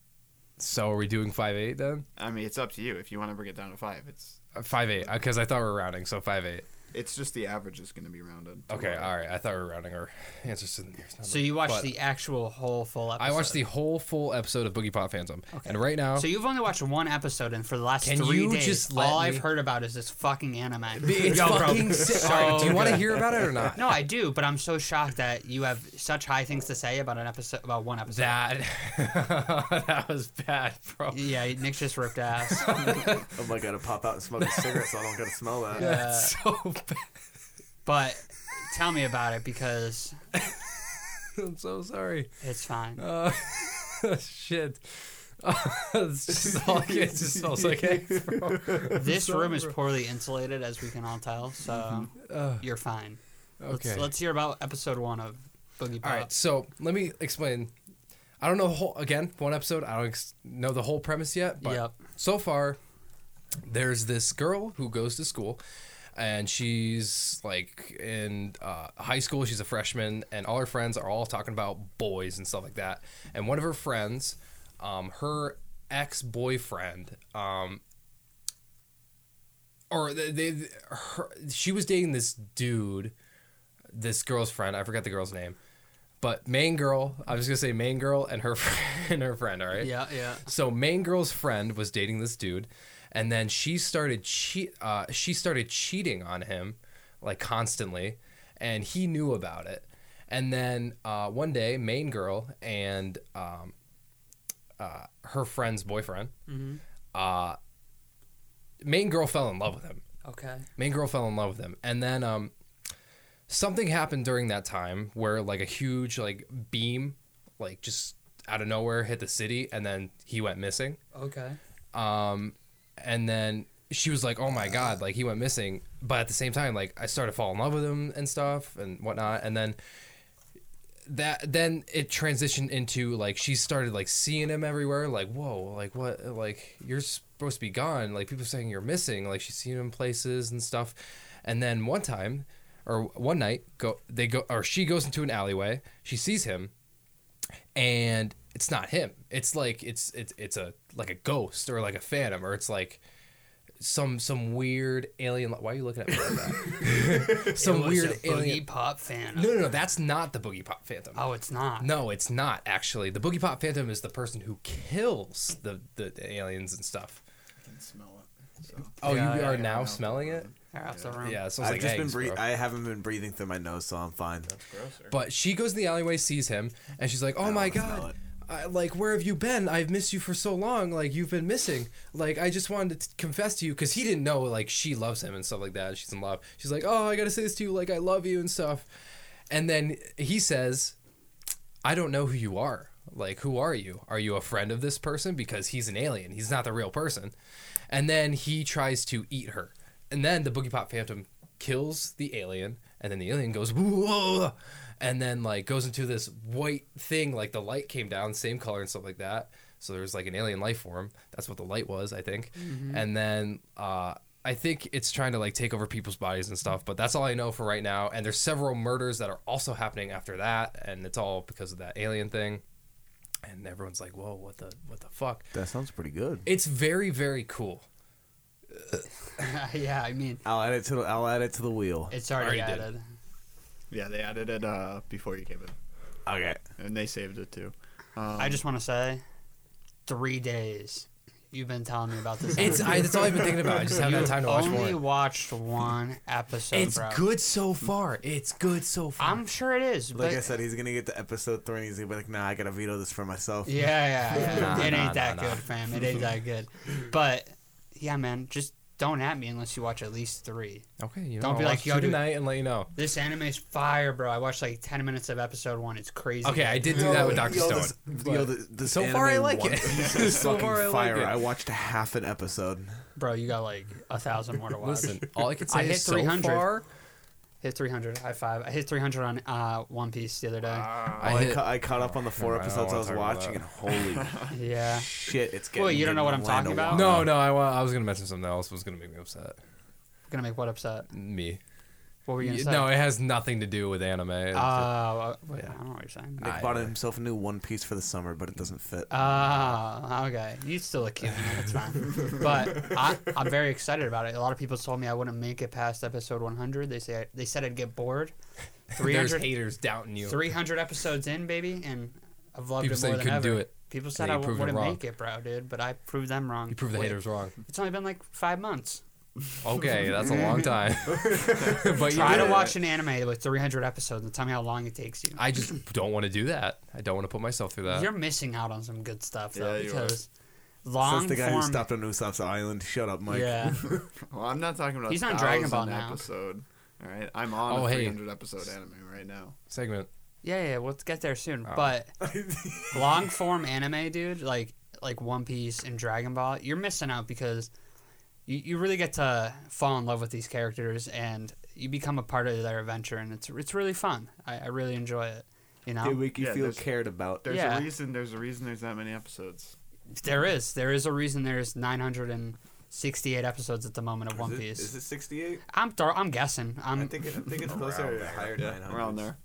So are we doing five eight then?
I mean, it's up to you if you want to bring it down to five. It's
Five eight because I thought we were rounding. So five eight.
it's just the average is going to be rounded. to
Okay, uh,
what-
all right. I thought we were rounding our answers to the nearest number.
So you watched
But
the actual whole full episode.
I watched the whole full episode of Boogie Pop Phantom, and right now.
So you've only watched one episode, and for the last
Can
three
you
days,
just let
all
me-
I've heard about is this fucking anime.
it's
Yo, bro,
fucking sick. All right, do you want to
good.
hear about it or not?
No, I do, but I'm so shocked that you have such high things to say about an episode, about one episode.
That that was bad, bro.
Yeah, Nick just ripped ass.
I'm like gotta pop out and smoke a cigarette, so I don't gotta smell that.
That's so bad.
uh, but tell me about it because
I'm so sorry.
it's fine.
Uh, shit. it's just all, it just smells like eggs, bro.
this
sorry,
room is
bro.
poorly insulated, as we can all tell. So
Uh,
you're fine. Let's,
Okay.
let's hear about episode one of Boogie Pop.
All right, so let me explain. I don't know the whole again one episode. I don't ex- know the whole premise yet, but
Yep.
so far there's this girl who goes to school and she's like in uh, high school she's a freshman and all her friends are all talking about boys and stuff like that and one of her friends um, her ex-boyfriend um, or they, they her, she was dating this dude this girl's friend i forgot the girl's name But main girl, I was gonna say main girl and her fr- and her friend. All right.
Yeah, yeah.
So main girl's friend was dating this dude, and then she started che- uh, she started cheating on him, like constantly, and he knew about it. And then uh, one day, main girl and um, uh, her friend's boyfriend, uh, main girl fell in love with him.
Okay.
Main girl fell in love with him, and then um, something happened during that time where like a huge like beam, like just out of nowhere hit the city, and then he went missing.
Okay.
Um, and then she was like, "Oh my god!" Like he went missing, but at the same time, like I started falling in love with him and stuff and whatnot, and then that then it transitioned into like she started like seeing him everywhere like whoa like what like you're supposed to be gone like people saying you're missing like she's seen him places and stuff and then one time or one night go they go or she goes into an alleyway she sees him and it's not him it's like it's it's it's a like a ghost or like a phantom or it's like some some weird alien why are you looking at me like that some
It was
weird
a boogie
alien
pop fan.
no, no, no, that's not the Boogie Pop Phantom.
Oh, it's not.
No, it's not actually. The Boogie Pop Phantom is the person who kills the, the, the aliens and stuff.
can smell it. Um,
Oh,
Yeah,
you
yeah,
are
yeah,
now smelling it.
They're out the room.
Yeah, so it's
I've
like
just been
eggs, bro.
breathing. I haven't been breathing through my nose, so I'm fine.
Grosser.
But she goes in the alleyway, sees him, and she's like, "Oh my
wanna smell
god,
it.
I, like where have you been? I've missed you for so long. Like you've been missing. Like I just wanted to t- confess to you because he didn't know like she loves him and stuff like that. She's in love. She's like, "Oh, I gotta say this to you. Like I love you and stuff." And then he says, "I don't know who you are. Like who are you? Are you a friend of this person? Because he's an alien. He's not the real person." And then he tries to eat her. And then the Boogie Pop Phantom kills the alien, and then the alien goes whoa, and then like goes into this white thing, like the light came down, same color and stuff like that. So there was like an alien life form. That's what the light was, I think. And then uh, I think it's trying to like take over people's bodies and stuff. But that's all I know for right now. And there's several murders that are also happening after that, and it's all because of that alien thing. And everyone's like, "Whoa, what the what the fuck?"
That sounds pretty good.
It's very very cool.
yeah, I mean,
I'll add it to the. I'll add it to the wheel.
it's already,
Already did.
added.
Yeah, they added it uh, before you gave it,
Okay.
and they saved it too. Um,
I just want to say, three days. You've been telling me about this.
It's I, that's all I've been thinking about. I just haven't had time to watch
only
more.
watched one episode.
It's
bro.
good so far. It's good so far.
I'm sure it is.
Like
but
I said, he's gonna get to episode three, and he's gonna be like, "Nah, I gotta veto this for myself."
Yeah, yeah, yeah.
Nah,
it ain't
nah,
that
nah,
good,
nah.
fam. It ain't that good. But yeah, man, just don't at me unless you watch at least three.
okay, you know,
Don't be
I'll
like,
watch
yo,
you
dude.
tonight and let you know.
This anime's fire, bro. I watched like ten minutes of episode one. It's crazy.
Okay, I did do that with Doctor
Yo,
Stone.
this- yo, th- this
so far, I
anime
like
One
it.
Piece is
So
fucking
far, I like
fire.
it.
I watched half an episode.
bro. You got like a thousand more to watch.
Listen, all I can say
I hit
is so
300.
far,
Hit three hundred. High five. I hit three hundred on uh, One Piece the other day.
Uh,
Oh, I,
I hit.
ca- I caught up on the four
Never mind, I
episodes I, was
don't wanna talk
watching, and holy
Yeah.
shit, it's getting.
Well, you don't know what I'm
getting land
talking
a
about?
lot.
No, no, I, wa- I was gonna mention something else. that Was gonna make me upset.
Gonna make what upset?
Me.
What were you gonna say?
No, it has nothing to do with anime.
Oh, uh,
Yeah.
I don't know what you're saying.
Nick
I-
bought himself a new One Piece for the summer, but it doesn't fit.
Uh, Oh, okay. You still look cute. Man. That's fine. but I, I'm very excited about it. A lot of people told me I wouldn't make it past episode 100. They say they said I'd get bored.
There's
300,
haters doubting you.
300 episodes in, baby, and I've loved
People
it
said
more
you
than
couldn't
ever.
do it.
People
Yeah,
said
you
I
proved them
wouldn't
wrong.
make it, bro, dude. But I proved them wrong.
You proved the
Wait,
haters wrong.
It's only been like five months.
Okay, that's a long time. but you
Try
did
to
it.
watch an anime with 300 episodes and tell me how long it takes you.
I just don't want to do that. I don't want to put myself through that.
You're missing out on some good stuff though,
Yeah, you are.
because
Says
long
the guy who
form.
stopped on Usopp's island. Shut up, Mike.
yeah.
well, I'm not talking about.
He's on Dragon Ball
1000
now.
Episode. All right, I'm on
Oh,
a
hey.
300 episode anime right now.
Segment.
Yeah, yeah, we'll get there
Oh.
soon. But long form anime, dude, like like One Piece and Dragon Ball, you're missing out because you, you really get to fall in love with these characters and you become a part of their adventure and it's it's really fun. I, I really enjoy it. You know,
They make you
Yeah,
feel
there's-
cared about.
There's
Yeah.
a reason. There's a reason. There's that many episodes.
there is there is a reason there's 968 episodes at the moment of One Piece.
Is it 68?
I'm thro- I'm guessing. I'm
I think, it, I think it's
Around
closer to
there.
higher
Yeah,
900s.
around there.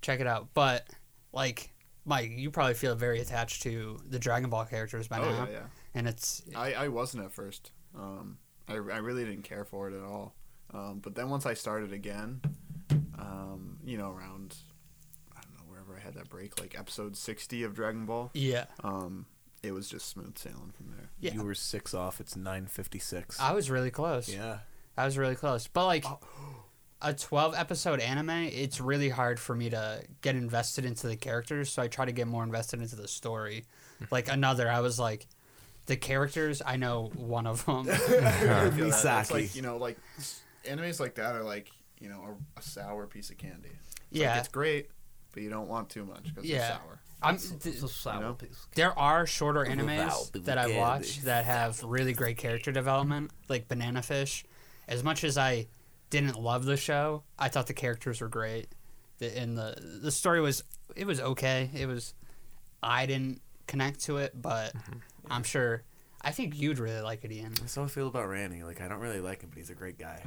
check it out. But like Mike, you probably feel very attached to the Dragon Ball characters by
oh
now,
yeah, yeah.
and it's
I, I wasn't at first. Um, I, I really didn't care for it at all. Um, but then once I started again, um, you know, around uh, had that break, like episode sixty of Dragon Ball.
Yeah.
Um, it was just smooth sailing from there.
Yeah. Ah.
You were six off. It's nine fifty six.
I was really close.
Yeah.
I was really close. But like a 12 episode anime, it's really hard for me to get invested into the characters, so I try to get more invested into the story. Like another, I was like the characters, I know one of them.
I feel that.
Misaki.
It's like you know, like s- animes like that are like you know a, a sour piece of candy. It's like,
yeah.
it's great, but you don't want too much because
Yeah.
it's sour.
I'm th-
It's a sour
You know?
piece.
there are shorter
Little
animes
Valve,
that I
little
watch
candy.
that have really great character development, like Banana Fish. As much as I didn't love the show, I thought the characters were great. The, and the the story was it was okay. It was I didn't connect to it, but
Mm-hmm.
I'm sure I think you'd really like it, Ian.
That's how I feel about Randy. Like I don't really like him, but he's a great guy.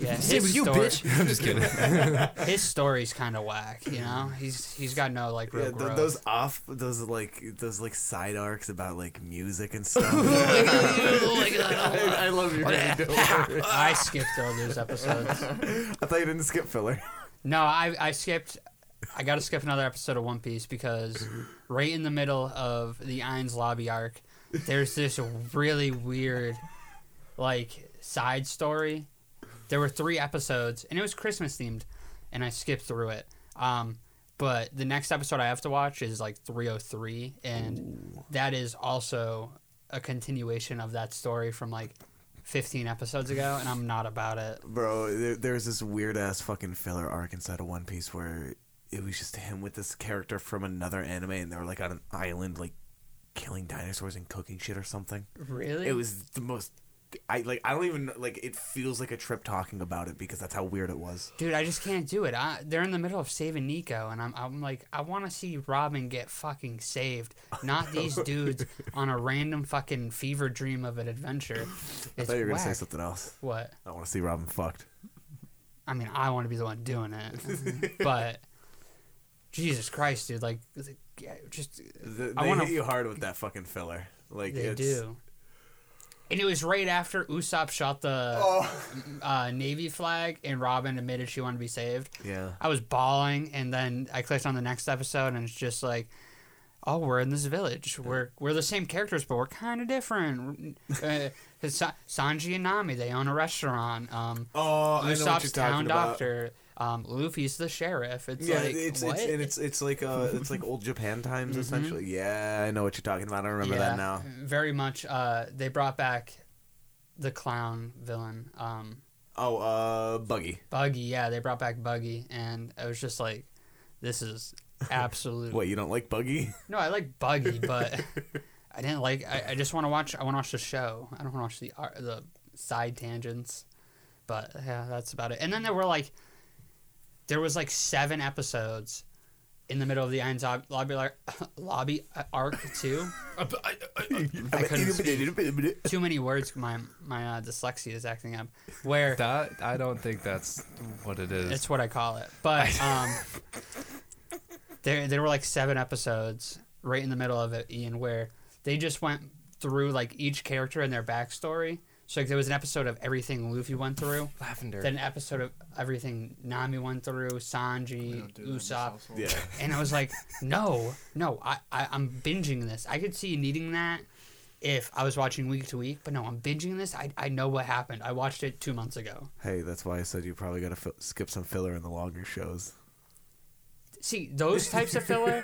Yeah,
Same with you,
stor-
bitch.
I'm just kidding.
His story's kind of whack, you know. He's he's got no like real
Yeah, th-
growth.
those off, those like those like side arcs about like music and stuff.
Oh
I, I love you. Randy, don't worry.
I skipped all those episodes.
I thought you didn't skip filler.
No, I I skipped. I got to skip another episode of One Piece because right in the middle of the Ain's lobby arc, there's this really weird, like side story. There were three episodes, and it was Christmas themed, and I skipped through it. Um, but the next episode I have to watch is like 303, and that is also a continuation of that story from like 15 episodes ago, and I'm not about it.
Bro, there, there's this weird ass fucking filler arc inside of One Piece where it was just him with this character from another anime, and they were like on an island, like killing dinosaurs and cooking shit or something.
Really?
It was the most. I like. I don't even like. It feels like a trip talking about it because that's how weird it was.
Dude, I just can't do it. I, they're in the middle of saving Nico, and I'm, I'm like, I want to see Robin get fucking saved, not these dudes on a random fucking fever dream of an adventure. It's
I thought you were gonna say
whack.
something else.
What?
I want to see Robin fucked.
I mean, I want to be the one doing it, but Jesus Christ, dude! Like, yeah, just
They,
I wanna-
hit you hard with that fucking filler. Like
they
it's,
do. And it was right after Usopp shot the
Oh.
uh, Navy flag, and Robin admitted she wanted to be saved.
Yeah.
I was bawling, and then I clicked on the next episode, and it's just like, oh, we're in this village. We're we're the same characters, but we're kind of different. Uh, Sa- Sanji and Nami, they own a restaurant. Um,
Oh, I know what you're
Usopp's town
talking about.
doctor. Um, Luffy's the sheriff. It's
Yeah,
like
it's,
what? Mm-hmm.
it's and it's it's like uh it's like old Japan times essentially. Yeah, I know what you're talking about. I remember that now.
Very much. Uh, they brought back the clown villain. Um,
Oh, uh, Buggy.
Buggy. Yeah, they brought back Buggy, and I was just like, this is absolute
What you don't like Buggy?
No, I like Buggy, but I didn't like. I, I just want to watch. I want to watch the show. I don't want to watch the ar- the side tangents. But yeah, that's about it. And then there were like, there was like seven episodes in the middle of the Iron Zob- lobby ar- lobby arc too. I couldn't speak. Too many words. My my uh, dyslexia is acting up. Where
That I don't think that's what it is.
It's what I call it. But um, there there were like seven episodes right in the middle of it, Ian, where they just went through like each character and their backstory. So like there was an episode of everything Luffy went through,
lavender.
then an episode of everything Nami went through, Sanji, Usopp,
yeah,
and I was like, no, no, I, I I'm binging this. I could see needing that if I was watching week to week, but no, I'm binging this. I I know what happened. I watched it two months ago.
hey, that's why I said you probably gotta fi- skip some filler in the longer shows.
see those types of filler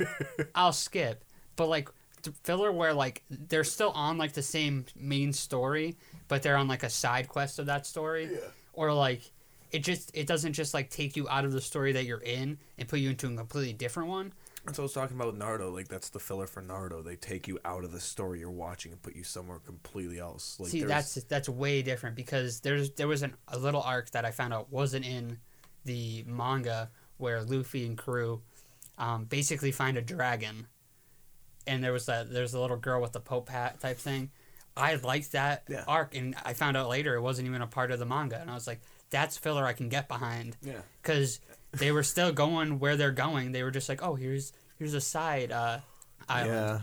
i'll skip but like th- filler where like they're still on like the same main story but they're on like a side quest of that story or like it just it doesn't just like take you out of the story that you're in and put you into a completely different one
That's what I was talking about with Naruto. Like that's the filler for Naruto. They take you out of the story you're watching and put you somewhere completely else. Like
see
there's-
that's that's way different because there's there was an, a little arc that i found out wasn't in the manga where luffy and crew um, basically find a dragon and there was that there's a little girl with the pope hat type thing i liked that
Yeah.
arc and i found out later it wasn't even a part of the manga and i was like that's filler i can get behind
yeah.
because they were still going where they're going they were just like oh here's here's a side uh island
Yeah.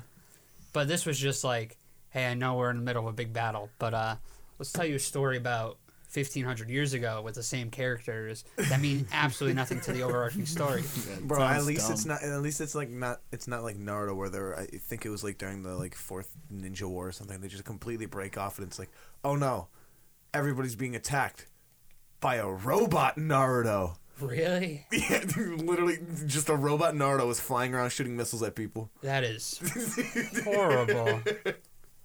but this was just like, hey, I know we're in the middle of a big battle, but uh, let's tell you a story about 1500 years ago with the same characters that mean absolutely nothing to the overarching story.
Bro, at least it's not. At least it's like not. It's not like Naruto, where they're. I think it was like during the like fourth Ninja War or something. They just completely break off, and it's like, oh no, everybody's being attacked by a robot Naruto.
Really?
Yeah, literally, just a robot Naruto was flying around shooting missiles at people.
That is horrible.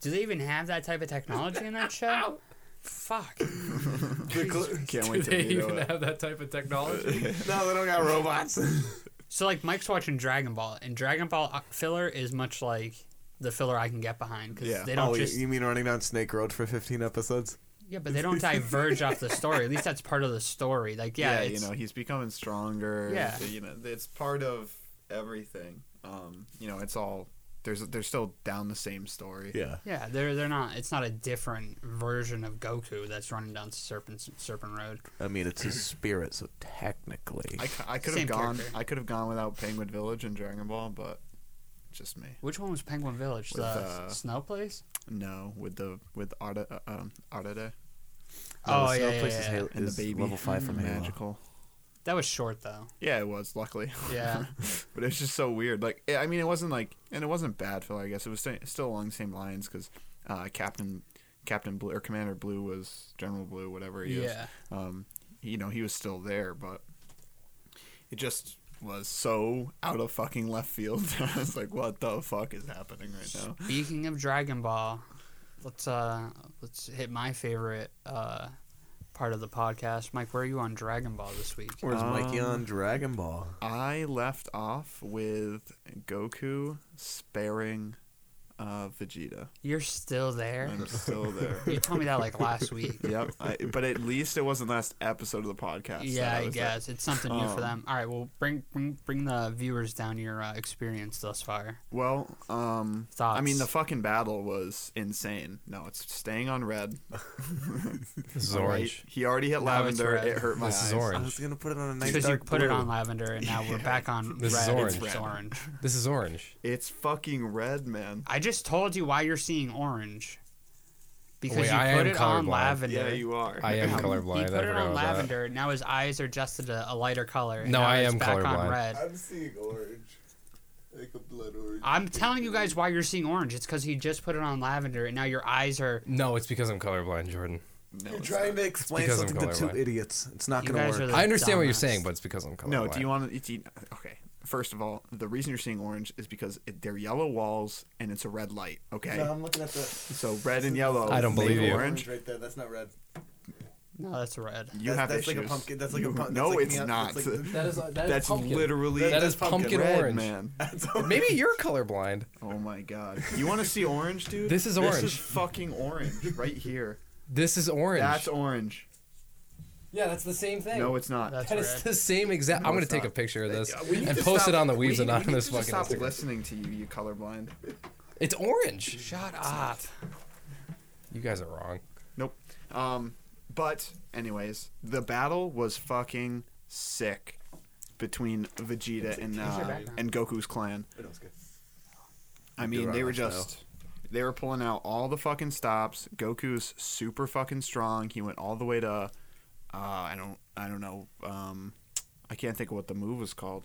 Do they even have that type of technology in that show? Fuck.
They're cl-
Can't
Do
wait
they
to you
even
know,
have that type of technology?
no, they don't got robots.
So like Mike's watching Dragon Ball, and Dragon Ball uh, filler is much like the filler I can get behind because
Yeah.
they don't
oh,
just
you mean running down Snake Road for 15 episodes?
yeah, but they don't diverge off the story. At least that's part of the story. Like yeah,
yeah, you
it's-
know, he's becoming stronger.
Yeah.
you know, it's part of everything. Um, you know, it's all there's they're still down the same story.
Yeah.
yeah, they're they're not. It's not a different version of Goku that's running down Serpent Serpent Road.
I mean, it's his spirit, so technically.
I, c- I could
Same
have gone.
character.
I could have gone without Penguin Village and Dragon Ball, but just me.
Which one was Penguin Village?
With,
the
uh,
snow place?
Mm.
No, with the with Arda, uh, um, Arda
Oh, yeah, yeah, yeah.
and the baby
level five from Halo.
Magical.
That was short though.
Yeah, it was luckily.
Yeah.
but it's just so weird. Like, I I mean, it wasn't like, and it wasn't bad filler. I guess it was st- still along the same lines because uh, Captain Captain Blue or Commander Blue was General Blue, whatever he
Yeah.
is. Um, you know, he was still there, but it just was so out of fucking left field. I was like, what the fuck is happening right now?
Speaking of Dragon Ball, let's uh let's hit my favorite uh part of the podcast. Mike, where are you on Dragon Ball this week?
Where's Mikey
Um,
on Dragon Ball?
I left off with Goku sparing uh, Vegeta.
You're still there.
I'm still there.
You told me that like last week.
yep. I, but at least it wasn't last episode of the podcast. that
Yeah, I
was there.
guess it's something new for
Um,
them. All right, well, bring bring bring the viewers down your uh, experience thus far.
Well, um, I mean, the
Thoughts?
fucking battle was insane. No, it's staying on red.
This is
All right.
orange.
He already hit
Now it's
lavender.
red.
It hurt my
This is
eyes.
I
orange.
was gonna put it on a nice
Because you
dark
put it
blue.
on lavender, and now we're back on
This is
red.
orange.
It's
It's red.
orange.
This is orange.
It's fucking red, man.
I just told you why you're seeing orange. Because
Wait,
you
I am
put it on
colorblind.
lavender.
Yeah, you are.
I am
Yeah, He
colorblind.
put
I
it
forgot
on
about that.
lavender. Now his eyes are adjusted to a lighter color. and
No,
now
I
it's
am
back on
colorblind.
red.
I'm seeing orange, like a blood orange.
I'm telling you guys why you're seeing orange. It's because he just put it on lavender, and now your eyes are.
No, it's because I'm colorblind, Jordan.
No,
You're
it's
trying to explain
because I'm
something to two
colorblind.
idiots. It's not
You
gonna
guys
work.
are the-
I understand what you're
dumbass.
saying, but it's because I'm colorblind.
No, do you want to? Do you, okay. First of all, the reason you're seeing orange is because it, they're yellow walls and it's a red light. Okay.
No, I'm looking at the
So red and yellow.
I don't
make
believe you.
Orange.
right there. That's not red.
No, that's red.
You
That's-
have
that's like
issues.
a pumpkin- that's like a
You-
pump-
No,
that's like
it's
neon-
not.
that's like-
That is that is
That's
pumpkin.
literally
that is pumpkin,
red,
orange.
man.
Maybe you're colorblind.
Oh my god. You want to see orange, dude?
This is
This
orange.
is fucking orange right here.
This is orange.
That's orange.
yeah, that's the same thing.
No, it's not.
That's
that is
red.
the same exact.
No,
I'm gonna
it's
take
not.
a picture of this
Uh, we need
and
to
post
stop-
it on the Weaves
we- we need
Anonymous
to just
fucking
stop
Instagram.
listening to you, you colorblind.
It's orange.
Shut up.
You guys are wrong.
Nope. Um, but anyways, the battle was fucking sick between Vegeta and
your
uh,
background.
and Goku's clan.
Wait, no, it's good.
I mean,
You're
they
on
were
us now.
just they were pulling out all the fucking stops. Goku's super fucking strong. He went all the way to uh, I don't I don't know. Um, I can't think of what the move was called.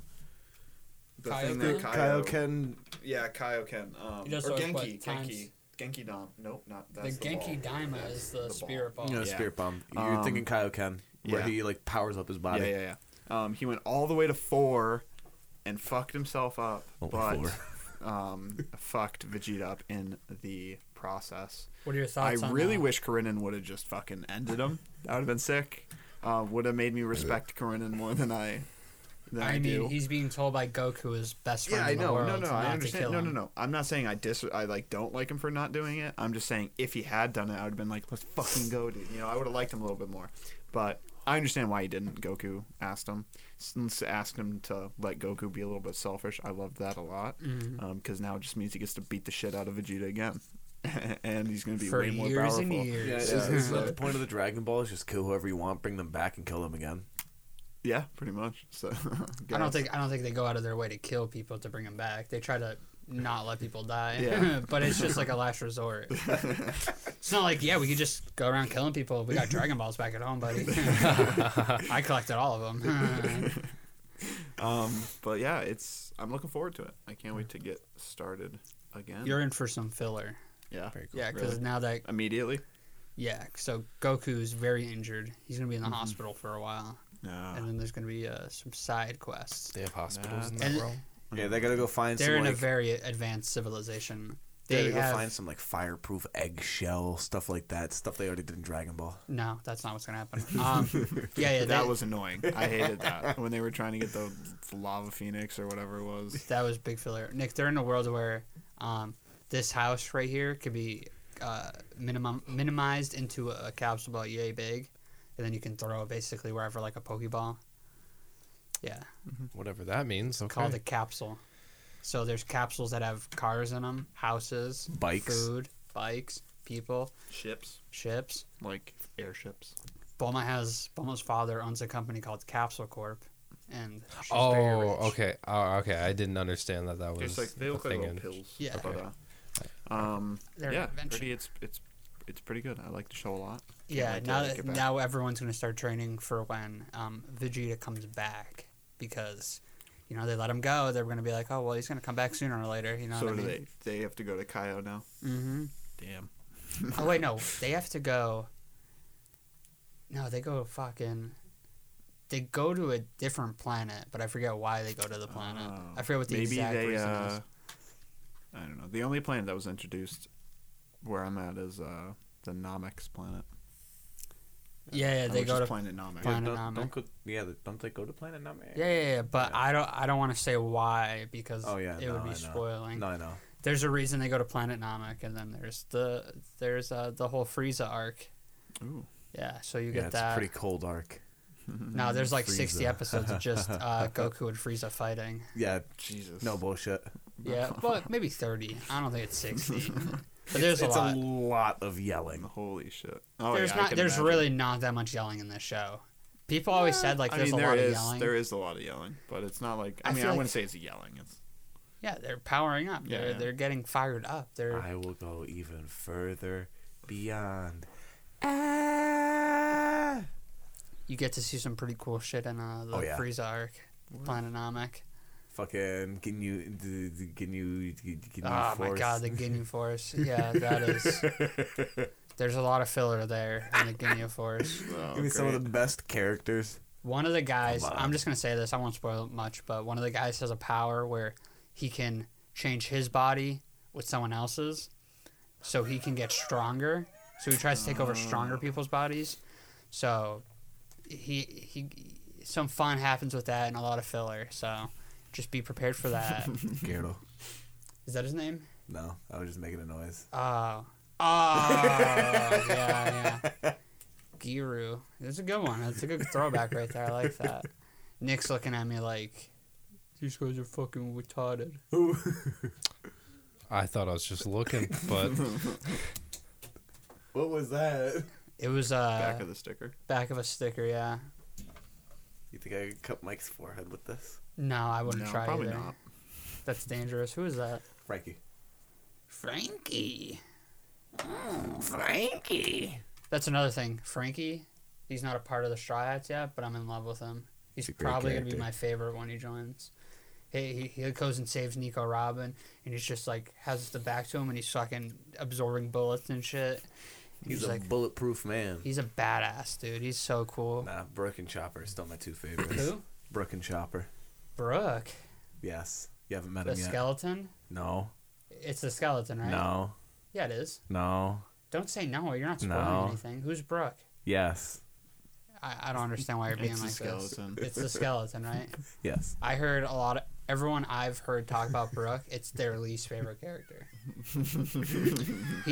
The
Kaioken?
Kaio-
Kaioken.
Yeah, Kaioken. Um,
He does
or
those,
Genki.
what,
Genki.
times-
Genki Dom. Nope, not
the
that's the,
Genki
ball.
Daima is the,
the
spirit ball.
You know,
Yeah.
spirit bomb. You're
Um,
thinking Kaioken, where
yeah.
he like powers up his body.
Yeah, yeah, yeah. Um, he went all the way to four, and fucked himself up,
Only
but um, fucked Vegeta up in the process.
What are your thoughts?
I
on
really
that?
wish Karenin would have just fucking ended him. That would have been sick. Uh, would have made me respect Karenin more than I. Than I,
I mean,
do.
he's being told by Goku his best friend
yeah, I
in the
know.
world.
No, no,
not
I
to
understand.
kill
No, no,
him.
no. I'm not saying I dis. I like don't like him for not doing it. I'm just saying if he had done it, I would have been like, let's fucking go, dude. You know, I would have liked him a little bit more. But I understand why he didn't. Goku asked him, S- asked him to let Goku be a little bit selfish. I loved that a lot because
Mm-hmm.
now it just means he gets to beat the shit out of Vegeta again, and he's gonna be
For
way more
years
powerful.
and
Yeah,
years.
Yeah,
isn't
so-
that the point of the Dragon Ball? Is just kill whoever you want, bring them back, and kill them again.
Yeah, pretty much. So
I don't think I don't think they go out of their way to kill people to bring him back. They try to not let people die.
Yeah.
but it's just like a last resort. it's not like, yeah, we could just go around killing people. We got Dragon Balls back at home, buddy. I collected all of them.
Um, but yeah, it's I'm looking forward to it. I can't wait to get started again.
You're in for some filler.
yeah,
Very cool.
Yeah, because
Really?
now that
immediately.
yeah, so Goku's very injured. He's gonna be in
Mm-hmm.
the hospital for a while,
No,
and then there's gonna be uh, some side quests.
They have hospitals in
And-
that world.
Yeah, they gotta go find
They're
some.
in
Like,
a very advanced civilization.
they
They
gotta go
have
find some like fireproof eggshell stuff like that. Stuff they already did in Dragon Ball.
no. That's not what's gonna happen. Um, yeah, yeah,
that
they-
was annoying. I hated that when they were trying to get the lava phoenix or whatever it was.
That was big filler. Nick, they're in a world where um, this house right here could be uh, minimum minimized into a, capsule about yay big, and then you can throw it basically wherever like a pokeball. Yeah,
Whatever that means. Okay.
called a capsule. So there's capsules that have cars in them, houses,
Bikes.
food, bikes, people,
Ships,
ships.
like airships.
Bulma has Bulma's father owns a company called Capsule Corp, and she's very
oh,
rich.
okay. Oh, okay. I didn't understand that that was
It's like they
a
look like
thing
little
in-
pills.
Yeah.
But, uh, um,
They're
yeah,
adventure-
pretty, it's it's it's pretty good. I like the show a lot. Can't
Yeah,
wait to
now
get
that,
back.
now everyone's gonna start training for when um, Vegeta comes back because you know they let him go. They're gonna be like, oh well, he's gonna come back sooner or later. You know
so
what I
do
mean?
they they have to go to Kaio now.
Mm-hmm.
Damn.
oh wait, no, they have to go. No, they go fucking. They go to a different planet, but I forget why they go to the planet.
Oh. uh,
I forget what the exact reason is.
I don't know. The only planet that was introduced where I'm at is uh, the Nomex planet.
Yeah, yeah, they
which
go
is
to.
planet Namek.
Planet
yeah,
Namek.
don't, don't go, yeah, don't they go to Planet Namek?
Yeah, yeah, yeah, but I don't. I don't want to say why because
Oh yeah.
it
no,
would
I
be
know.
spoiling.
No, I know.
there's a reason they go to Planet Namek, and then there's the there's uh, the whole Frieza arc.
Ooh.
Yeah, so you
yeah,
get
it's
that.
pretty cold arc.
now there's like 60
Frieza.
episodes of just uh, Goku and Frieza fighting.
Yeah,
Jesus.
no bullshit.
Yeah, but maybe 30. I don't think it's 60. But there's
it's
a lot.
a lot of yelling.
Holy shit. Oh,
there's
yeah, I
not.
can
There's
imagine.
really not that much yelling in this show. People always said like
I
there's
mean,
a
there
lot
is
of yelling.
there is a lot of yelling, but it's not like I,
I
mean
feel
I
like-
wouldn't say it's yelling. It's
Yeah, they're powering up.
Yeah,
they're
yeah.
they're getting fired up. They're
I will go even further beyond. Ah!
you get to see some pretty cool shit in uh, the
Oh, yeah.
Frieza arc, Planet Namek.
Fucking, can you, d- d- can you, can you
Oh my
force-
god, the Guinea Force. Yeah, that is. There's a lot of filler there in the Guinea Force.
oh,
Give me some of the best characters.
One of the guys,
Come on.
I'm just gonna say this, I won't spoil much, but one of the guys has a power where he can change his body with someone else's, so he can get stronger. So he tries to take over
Uh.
stronger people's bodies. So he he, some fun happens with that and a lot of filler. So just be prepared for that.
Gyardo.
is that his name?
No, I was just making a noise.
Oh. Oh, yeah, yeah. Giru. That's a good one. That's a good throwback right there. I like that. Nick's looking at me like, these guys are fucking retarded.
I thought I was just looking, but
What was that?
It was uh,
back of the sticker.
a sticker, yeah.
You think I could cut Mike's forehead with this?
No, I wouldn't
No,
try
probably
either.
not.
That's dangerous. Who is that?
Frankie.
Frankie. Oh,
Frankie.
That's another thing. Frankie, he's not a part of the Straw Hats yet, but I'm in love with him. He's
He's a great
probably going to be
character.
my favorite when he joins. He, he, he goes and saves Nico Robin, and he's just like, has the back to him, and he's fucking absorbing bullets and shit.
He's,
He's
a
like-
bulletproof man.
He's a badass, dude. He's so cool.
Nah, Brooke and Chopper are still my two favorites.
Who?
Brooke and Chopper.
Brooke.
Yes. You haven't met
The
him yet.
skeleton?
no.
It's the skeleton, right?
No.
Yeah, it is.
No.
Don't say no. You're not spoiling
No.
anything. Who's Brooke?
Yes.
I, I don't understand why you're being
It's the
like
skeleton.
this. It's the skeleton, right?
Yes.
I heard a lot of everyone I've heard talk about Brooke. It's their least favorite character. He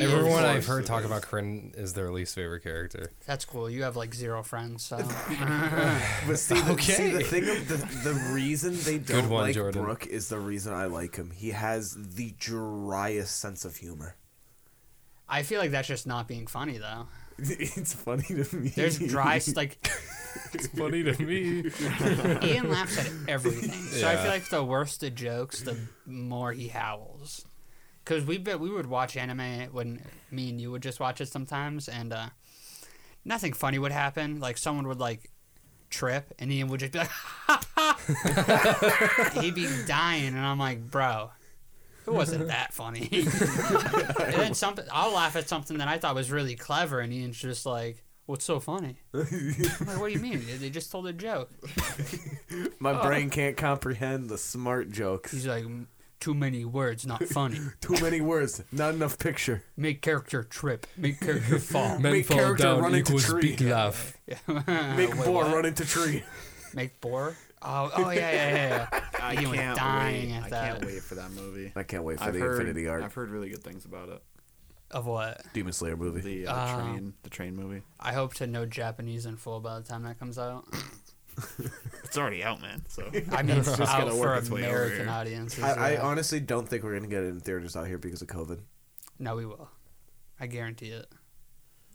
is-
everyone
Of
I've
course
heard
it
talk
is.
about Kryn is their least favorite character.
that's cool. You have like zero friends, so
But see, the,
Okay.
see, the thing of the, the reason they don't
one,
like
Jordan.
Brooke is the reason I like him. He has the driest sense of humor.
I feel like that's just not being funny though.
It's funny to me.
There's dry, like
It's funny to me.
Ian laughs at everything. So I
Yeah.
feel like the worse the jokes, the more he howls. Cause we been, we would watch anime when me and you would just watch it sometimes, and uh, nothing funny would happen. Like someone would like trip, and Ian would just be like, he'd be dying, and I'm like, bro. It wasn't that funny. and then something, I'll laugh at something that I thought was really clever, and Ian's just like, "What's so funny?" I'm like, "What do you mean? They- They just told a joke."
My brain can't comprehend the smart jokes.
He's like, "M- too many words, not funny.
Too many words, not enough picture.
Make character trip. Make character fall.
Men
Make
fall
character run
down
into
equals
tree.
big laugh.
Make
Wait,
boar
what?
run into tree.
Make bore. Oh, oh yeah, yeah, yeah. yeah.
I
Ian was
can't
dying
wait.
at
I
that.
can't wait for that movie.
I can't wait for
I've
the
heard,
Infinity Arc
I've heard really good things about it.
Of what?
Demon Slayer movie.
The uh,
Uh,
train, the train movie.
I hope to know Japanese in full by the time that comes out.
It's already out, man. So
I mean, it's
gotta
out for
work its way over
American
here.
audiences.
I, I
yeah.
honestly don't think we're gonna get it in theaters out here because of COVID.
no, we will. I guarantee it.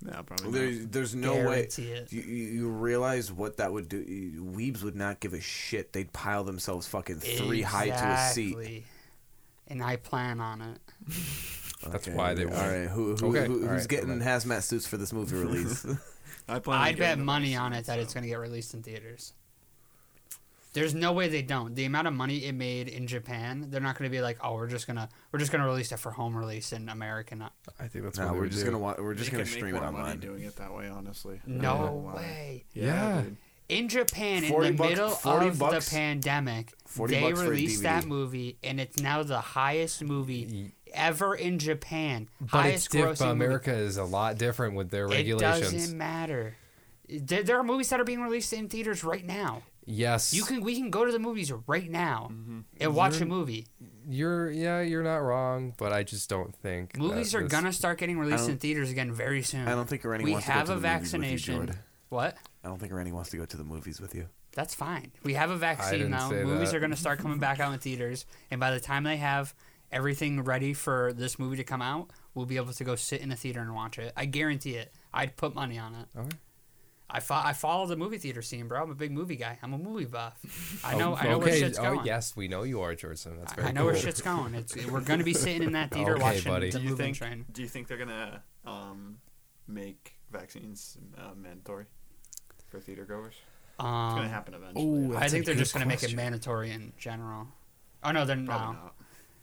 no, probably.
There,
not.
there's no way.
guarantee it.
You, you you realize what that would do? You- Weebs would not give a shit. They'd pile themselves fucking three high to a seat.
Exactly. And I plan on it.
That's why they
All
won't.
right, who, who,
Okay,
who-
all
who's
right,
getting
okay.
hazmat suits for this movie release?
I plan. on
I'd bet
getting
money
it.
on it that it's going to get released in theaters. There's no way they don't. The amount of money it made in Japan, they're not going to be like, "Oh, we're just gonna we're just gonna release it for home release in America." No,
I think that's
no,
what
we're just gonna
watch.
wa- we're just
They
gonna
could make
stream it
more money
online.
Doing it that way, honestly.
no
I don't know why.
way.
Yeah.
dude.
In Japan, in
40
the
bucks-
middle
40
of
bucks-
the pandemic,
40
they
bucks for a
released that
DVD.
movie, and it's now the highest movie ever in Japan.
But it's
highest
diff-
grossing movie.
America is a lot different with their
It
regulations.
doesn't matter. There there are movies that are being released in theaters right now.
Yes,
You can we can go to the movies right now
Mm-hmm.
and watch a movie.
You're yeah, you're not wrong, but I just don't think
Movies
that
are
this-
gonna start getting released in
don't-
theaters again very soon.
I don't think Rennie
we
wants to go
have
to
a
the movies with you,
vaccination.
Jordan.
what?
I don't think Rennie wants to go to the movies with you.
That's fine. We have a vaccine
didn't
now.
say
Movies
that.
are gonna start coming back out in theaters, and by the time they have everything ready for this movie to come out, we'll be able to go sit in a theater and watch it. I guarantee it. I'd put money on it.
Okay.
I, fo- I follow the movie theater scene, bro. I'm a big movie guy. I'm a movie buff. I
Oh,
know. I know where
okay,
shit's going.
Oh, yes, we know you are, Jordan. That's very
I know
cool.
where shit's going. It's we're gonna be sitting in that theater
Okay,
watching
buddy.
the
Do
Do you
moving
think?
train.
Do you think they're gonna um, make vaccines uh, mandatory for theater goers? It's gonna
Um,
happen eventually.
ooh,
I-
I
That's a
think they're
good
just gonna make it
question.
mandatory in general. Oh no, they're
probably
no.
not.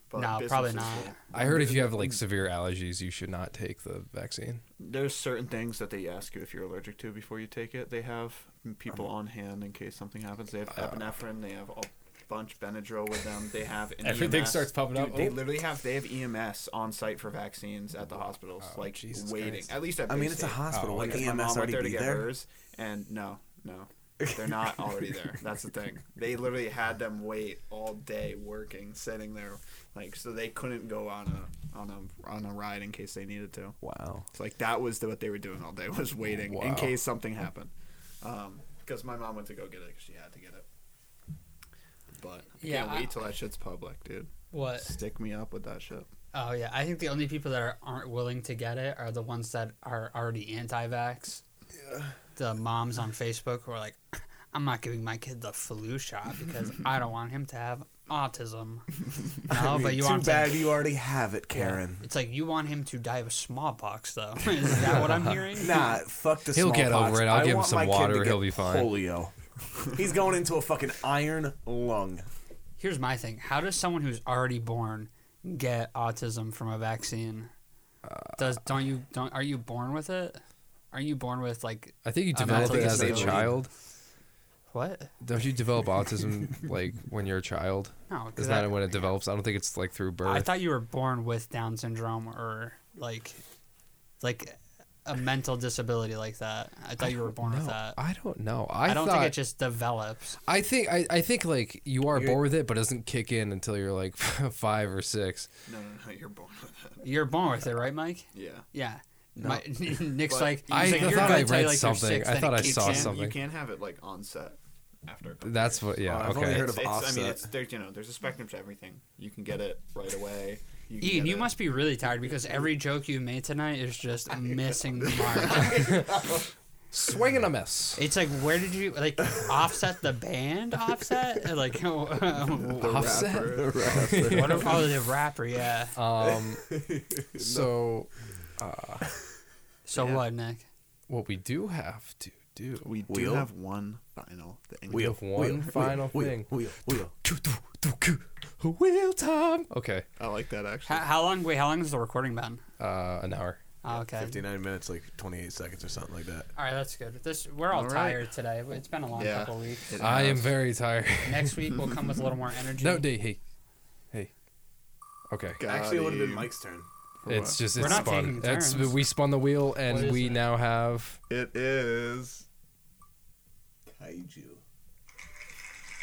But
No,
businesses
probably not.
will.
I heard if you have like severe allergies, you should not take the vaccine.
There's certain things that they ask you if you're allergic to before you take it. They have people on hand in case something happens. They have epinephrine. They have a bunch Benadryl with them. They have an
Everything
EMS.
starts popping
Dude,
up.
They
Oh.
literally have they have EMS on site for vaccines at the hospitals, like
Jesus
waiting.
Christ.
At least at
I mean,
Bay
it's a
State.
hospital.
Oh,
Wouldn't
Because my
EMS
mom went
E already
there to
be
get
there?
hers, and no, no, they're not already there. That's the thing. They literally had them wait all day, working, sitting there, like so they couldn't go on a on a on a ride in case they needed to.
Wow.
It's like that was the, what they were doing all day was waiting
Wow.
in case something happened. Um, because my mom went to go get it because she had to get it. But I
Yeah,
can't
I-
wait till that shit's public, dude.
What?
Stick me up with that shit.
Oh yeah, I think the only people that are, aren't willing to get it are the ones that are already anti-vax. The moms on Facebook who are like, "I'm not giving my kid the flu shot because I don't want him to have autism." No, Oh, but you
Too
want
bad
to
you already have it, Karen.
It's like you want him to die of smallpox, though. Is that what I'm hearing?
Nah, fuck the
He'll get
smallpox.
over it. I'll
I
give him
want
some
my kid
water.
to get
He'll be fine.
Polio. He's going into a fucking iron lung.
Here's my thing: How does someone who's already born get autism from a vaccine? Does don't you don't are you born with it? Are you born with like
I think you
I'm
develop
not
it
taking
as a
steroids.
child.
what?
Don't you develop autism like when you're a child?
No, 'cause
Isn't that
I-
when it develops? I don't think it's like through birth.
I thought you were born with Down syndrome or like like a mental disability like that. I thought you were born with
No,
that. I,
I don't know. I,
don't
thought-
think it just develops.
I think I, I think like you are
You're-
born with it, but it doesn't kick in until you're like five or six.
No, no, no, you're born with it.
You're born with it, right, Mike?
Yeah.
Yeah. My, Nick's
But-
like,
I
he's like,
thought
"You're
I
gonna tell you
read
like you're
something.
six,
I
then
thought
it
I
kicks
saw
in."
some-
You
something.
can't have it like on set after. a couple
That's
years.
what. Yeah.
I've
okay.
only heard of
It's- it's- I
offset.
mean, it's, there's you know, there's a spectrum to everything. You can get it right away. You
Ian,
get
you
a-
must be really tired because every joke you made tonight is just missing the mark.
Swing and a miss.
It's like, where did you like offset the band? Offset like what
Offset.
a positive rapper, yeah.
Um, so
So
Yeah.
what, Nick?
what we do have to do,
We do
Wheel?
have one final thing.
we have one final thing.
Wheel, wheel.
Wheel time. Okay,
I like that actually.
How, how long? Wait, how long has the recording been?
uh, an hour.
Oh, okay.
59 minutes, like 28 seconds or something like that.
All right, that's good. This we're all,
All right.
tired today. It's been a long
Yeah.
couple of weeks.
It
I am
has-
very tired.
Next week we'll come with a little more energy.
no, D, hey, hey. Okay,
Got
Actually, it would have been
you.
Mike's turn.
For
it's
what?
just
We're
it's
not
spun.
taking
It's
turns.
we spun the wheel
What
and
is
we
it?
now have
it is
Kaiju.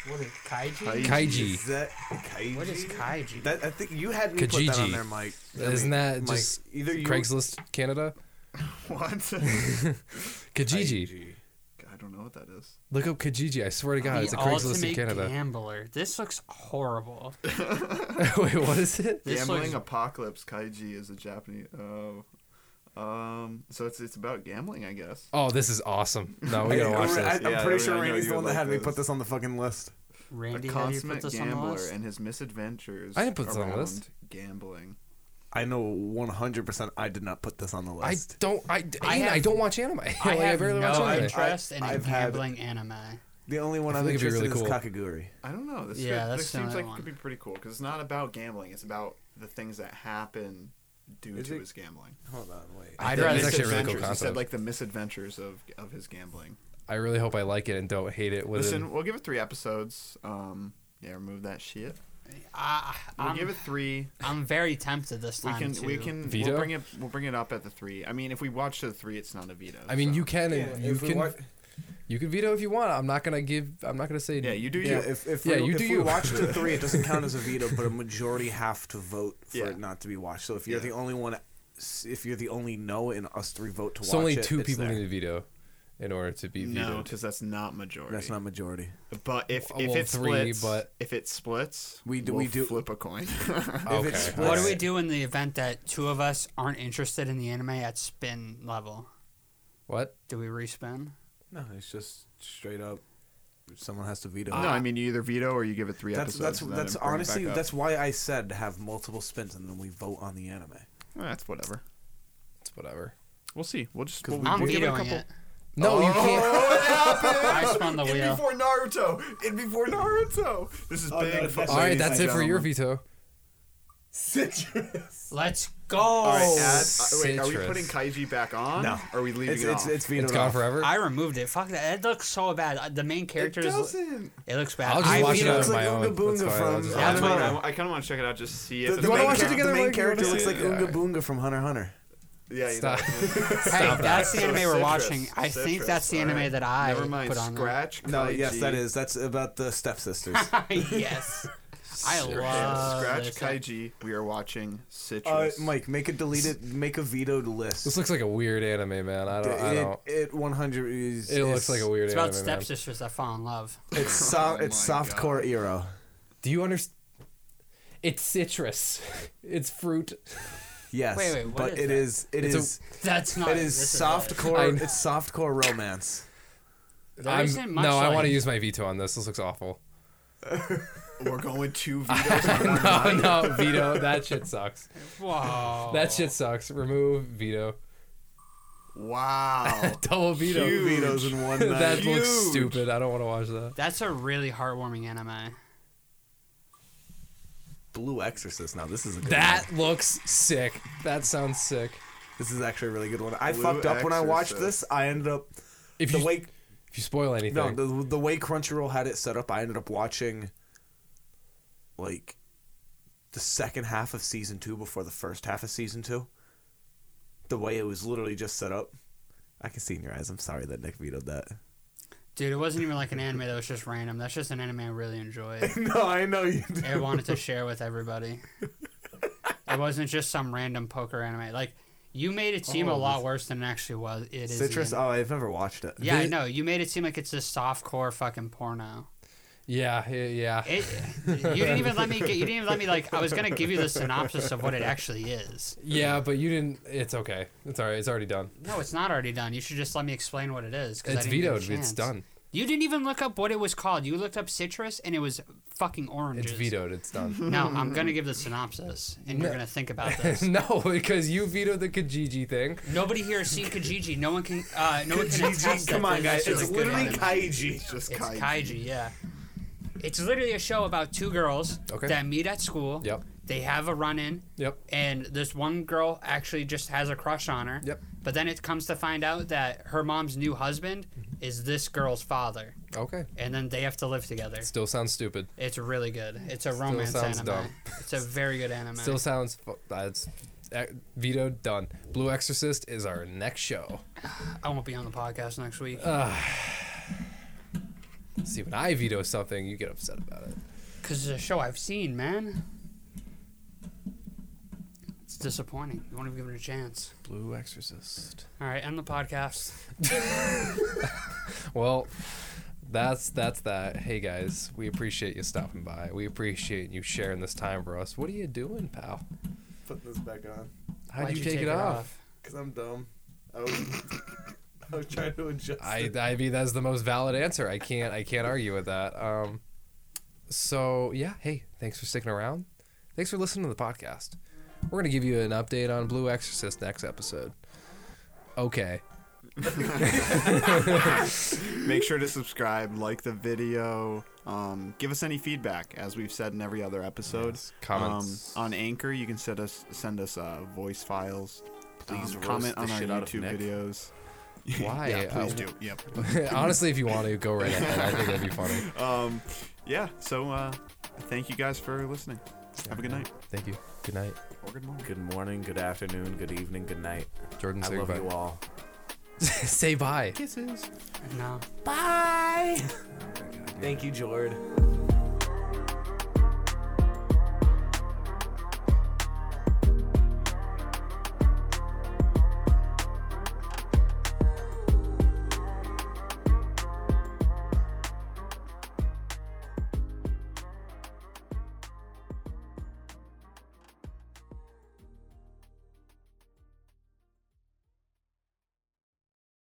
What is kaiji?
Kaiji.
Kaiji.
Is that kaiji?
What is kaiji?
That, I think you had me put that
Kijiji.
on there, Mike. I
Isn't
mean,
that
Mike,
just
either you
Craigslist Canada?
what?
Kijiji.
I don't know what that is.
Look up Kijiji. I swear to God,
the
it's a Craigslist in
ultimate
Canada.
gambler. This looks horrible.
Wait, what is it?
This
Gambling
looks-
Apocalypse Kaiji is a Japanese. Oh, um, so it's it's about gambling, I guess.
Oh, this is awesome. No, we
I,
gotta watch this.
am
Yeah,
pretty
I
sure
know
Randy's
you
the one
would
that
like
had me
this.
put this on the fucking list.
Randy,
a
how do you put
consummate
this on the
gambler
list?
and his misadventures.
I didn't put this on the
around
list.
Gambling.
I know 100% I did not put this on the
I
list.
don't. I,
I
Ian, I
have-
don't watch anime. Like,
I have
barely
no
watch anime.
interest in a
I've had-
gambling anime.
the only one
I
I'm
think it'd be
interested in
really
is Kakaguri.
I don't know. This,
Yeah,
could-
that's
this
the
seems
only
like
one.
it could be pretty cool because it's not about gambling. It's about the things that happen due
Is
to
it-
his gambling.
Hold on, wait.
I'd
Yeah,
rather
that's
sit
actually a really cool
Misadventures. He
concept.
said like the misadventures of of his gambling.
I really hope I like it and don't hate it. Within,
Listen, we'll give it three episodes. Um, yeah, remove that shit.
I,
We'll
I'm,
give it three.
I'm very tempted this
We
time.
can
to-
we can
Veto?
we'll bring it we'll bring it up at the three. I mean, if we watch the three, it's not a veto.
I mean,
so.
you can
Yeah,
you
if we
can
wa-
you can veto if you want. I'm not gonna give. I'm not gonna say.
Yeah, you do
Yeah,
you.
if, if
Yeah,
we,
you
if
do
we
you.
watch to three, it doesn't count as a veto, but a majority have to vote for
Yeah.
it not to be watched. So if you're
Yeah.
the only one, if you're the only no and us three vote to
It's
watch
only
it,
two
it's
people
there.
need to veto in order to be
No,
vetoed.
because that's not majority.
That's not majority.
But if if
Uh, Well,
it
three,
splits,
but-
if it splits,
We do-
we'll
we do-
flip a coin.
Okay.
it's
all
split-
What do
right.
we do in the event that two of us aren't interested in the anime at spin level?
What?
Do we respin?
No, it's just straight up. Someone has to veto.
no, I mean you either veto or you give it three
that's
episodes.
that's
and then
that's
bring it back
honestly
up.
that's why I said have multiple spins and then we vote on the anime.
Eh, that's whatever.
It's whatever.
We'll see. We'll just we'll,
I'm
we'll give it a
vetoing
couple.
it.
No, you can't.
I spun
Oh,
the wheel.
Naruto. In before Naruto. This is
Oh, no, that's-
All right,
ladies
that's
and
it for your
gentlemen.
veto.
Citrus.
Let's go.
All right, add- uh, wait, are
Citrus.
we putting Kaiji back on?
No.
Or are we leaving
It's
it
it's
off?
it's vetoed
It's gone
off.
forever.
I removed it. Fuck that. It looks so bad. Uh, The main character
it
is.
doesn't.
It looks bad.
I'll just
I
watch it
vetoed-
on
looks
my
like
own.
Oonga Boonga
That's fine, I'll
from-
just-
Yeah,
That's what
I-
I, kind of want to check it out just to see if
The,
the
the
wanna
main,
main
watch it
char-
together,
the main
Mike? You wanna
character uh,
see
looks
it?
like
Yeah,
Oonga Boonga from Hunter x Hunter.
Yeah, you
Stop.
Hey, that's the
So
anime we're
Citrus,
watching. I
Citrus,
think that's the
all
anime
right.
that I
Never mind.
put on. there.
Scratch.
No, yes,
Kaiji.
that is. That's about the stepsisters. Uh,
yes. I
Citrus.
love
Scratch
this.
Kaiji. We are watching
uh,
Citrus.
Mike, make a deleted, make a vetoed list.
This looks like a weird anime, man. I don't. I don't.
It, it 100 is.
It looks
it's-
like a weird
It's
anime.
about
man.
stepsisters that fall in love.
It's soft.
Oh
it's
my
soft core Eero.
Do you understand? It's citrus. It's fruit.
Yes,
Wait, wait, what
but
is
it
that?
is. It
It's a-
is.
That's not.
It is
this
soft
it.
core.
I-
It's soft core romance.
There
I'm-
isn't
no,
much
I want
like-
to use my veto on this. This looks awful.
We're going two vetoes on one
No, no, veto. That shit sucks.
Whoa.
That shit sucks. Remove veto.
Wow.
Double veto.
Huge.
Vetoes in one night.
that looks
Huge.
stupid. I don't want to watch that.
That's a really heartwarming anime.
Blue Exorcist. Now this is a good
That
One.
looks sick. That sounds sick.
This is actually a really good one. I
Blue
fucked up when I watched
Exorcist.
this. I ended up
If
the
you
way
if you spoil anything,
no the, the way Crunchyroll had it set up. I ended up watching like the second half of season two before the first half of season two. The way it was literally just set up. I can see in your eyes. I'm sorry that Nick vetoed that.
Dude, it wasn't even like an anime that was just random. That's just an anime I really enjoyed.
no, I know you. Did.
I wanted to share with everybody. It wasn't just some random poker anime. Like you made it seem a lot worse than it actually was. It is.
Citrus.
the-
Oh, I've never watched it.
yeah, I
the-
know. You made it seem like it's this softcore fucking porno.
Yeah, yeah, yeah.
It, you didn't even let me get. You didn't even let me like. I was gonna give you the synopsis of what it actually is.
yeah, but you didn't. It's okay. It's all right. It's already done.
No, it's not already done. You should just let me explain what it is. 'cause I
It's
didn't get a
vetoed. It's
chance.
done.
You didn't even look up what it was called. You looked up citrus, and it was fucking oranges.
It's vetoed. It's done.
No, I'm gonna give the synopsis, and you're gonna think about this.
no, because you vetoed the Kijiji thing.
Nobody here has seen Kijiji. No one can. Uh, no one can. attest
Kaiji,
that
come on,
this
guys.
is a
It's
good
literally
anime.
Kaiji.
Just
It's Kaiji, yeah. It's literally a show about two girls
Okay.
that meet at school.
Yep.
They have a run in.
Yep.
And this one girl actually just has a crush on her.
Yep.
But then it comes to find out that her mom's new husband
Mm-hmm.
is this girl's father.
Okay.
And then they have to live together.
Still sounds stupid.
It's really good. It's a romance
sounds
anime.
dumb.
It's a very good anime.
Still sounds. fu- That's eh, vetoed. Done. Blue Exorcist is our next show.
I won't be on the podcast next week.
Uh, See, when I veto something, you get upset about it.
Because it's a show I've seen, man. It's disappointing. You won't even give it a chance.
Blue Exorcist.
All right, end the podcast.
Well, that's that's that. Hey guys, we appreciate you stopping by. We appreciate you sharing this time for us. What are you doing, pal?
Put this back on.
How'd
Why'd
you, take, it, off?
Because I'm dumb. I was, I was trying to adjust.
I,
it.
I mean that's the most valid answer. I can't I can't argue with that. Um, so yeah, hey, thanks for sticking around. Thanks for listening to the podcast. We're gonna give you an update on Blue Exorcist next episode. Okay.
Make sure to subscribe, like the video, um, give us any feedback, as we've said in every other episode.
Yes, comments.
Um, on Anchor, you can send us send us uh, voice files. Um,
Please roast
comment
the
on our
shit out of
YouTube
Nick.
videos.
Why?
yeah, please
Uh,
do. Yep.
Honestly, if you want to go right ahead, I think that'd be funny.
Um, yeah. So uh, thank you guys for listening. Have a good night
Thank you. Good night,
or good morning.
Good morning, good afternoon, good evening, good night.
Jordan.
I
Say
love
goodbye.
you all.
say bye.
Kisses.
No.
Bye. Thank you, Jord.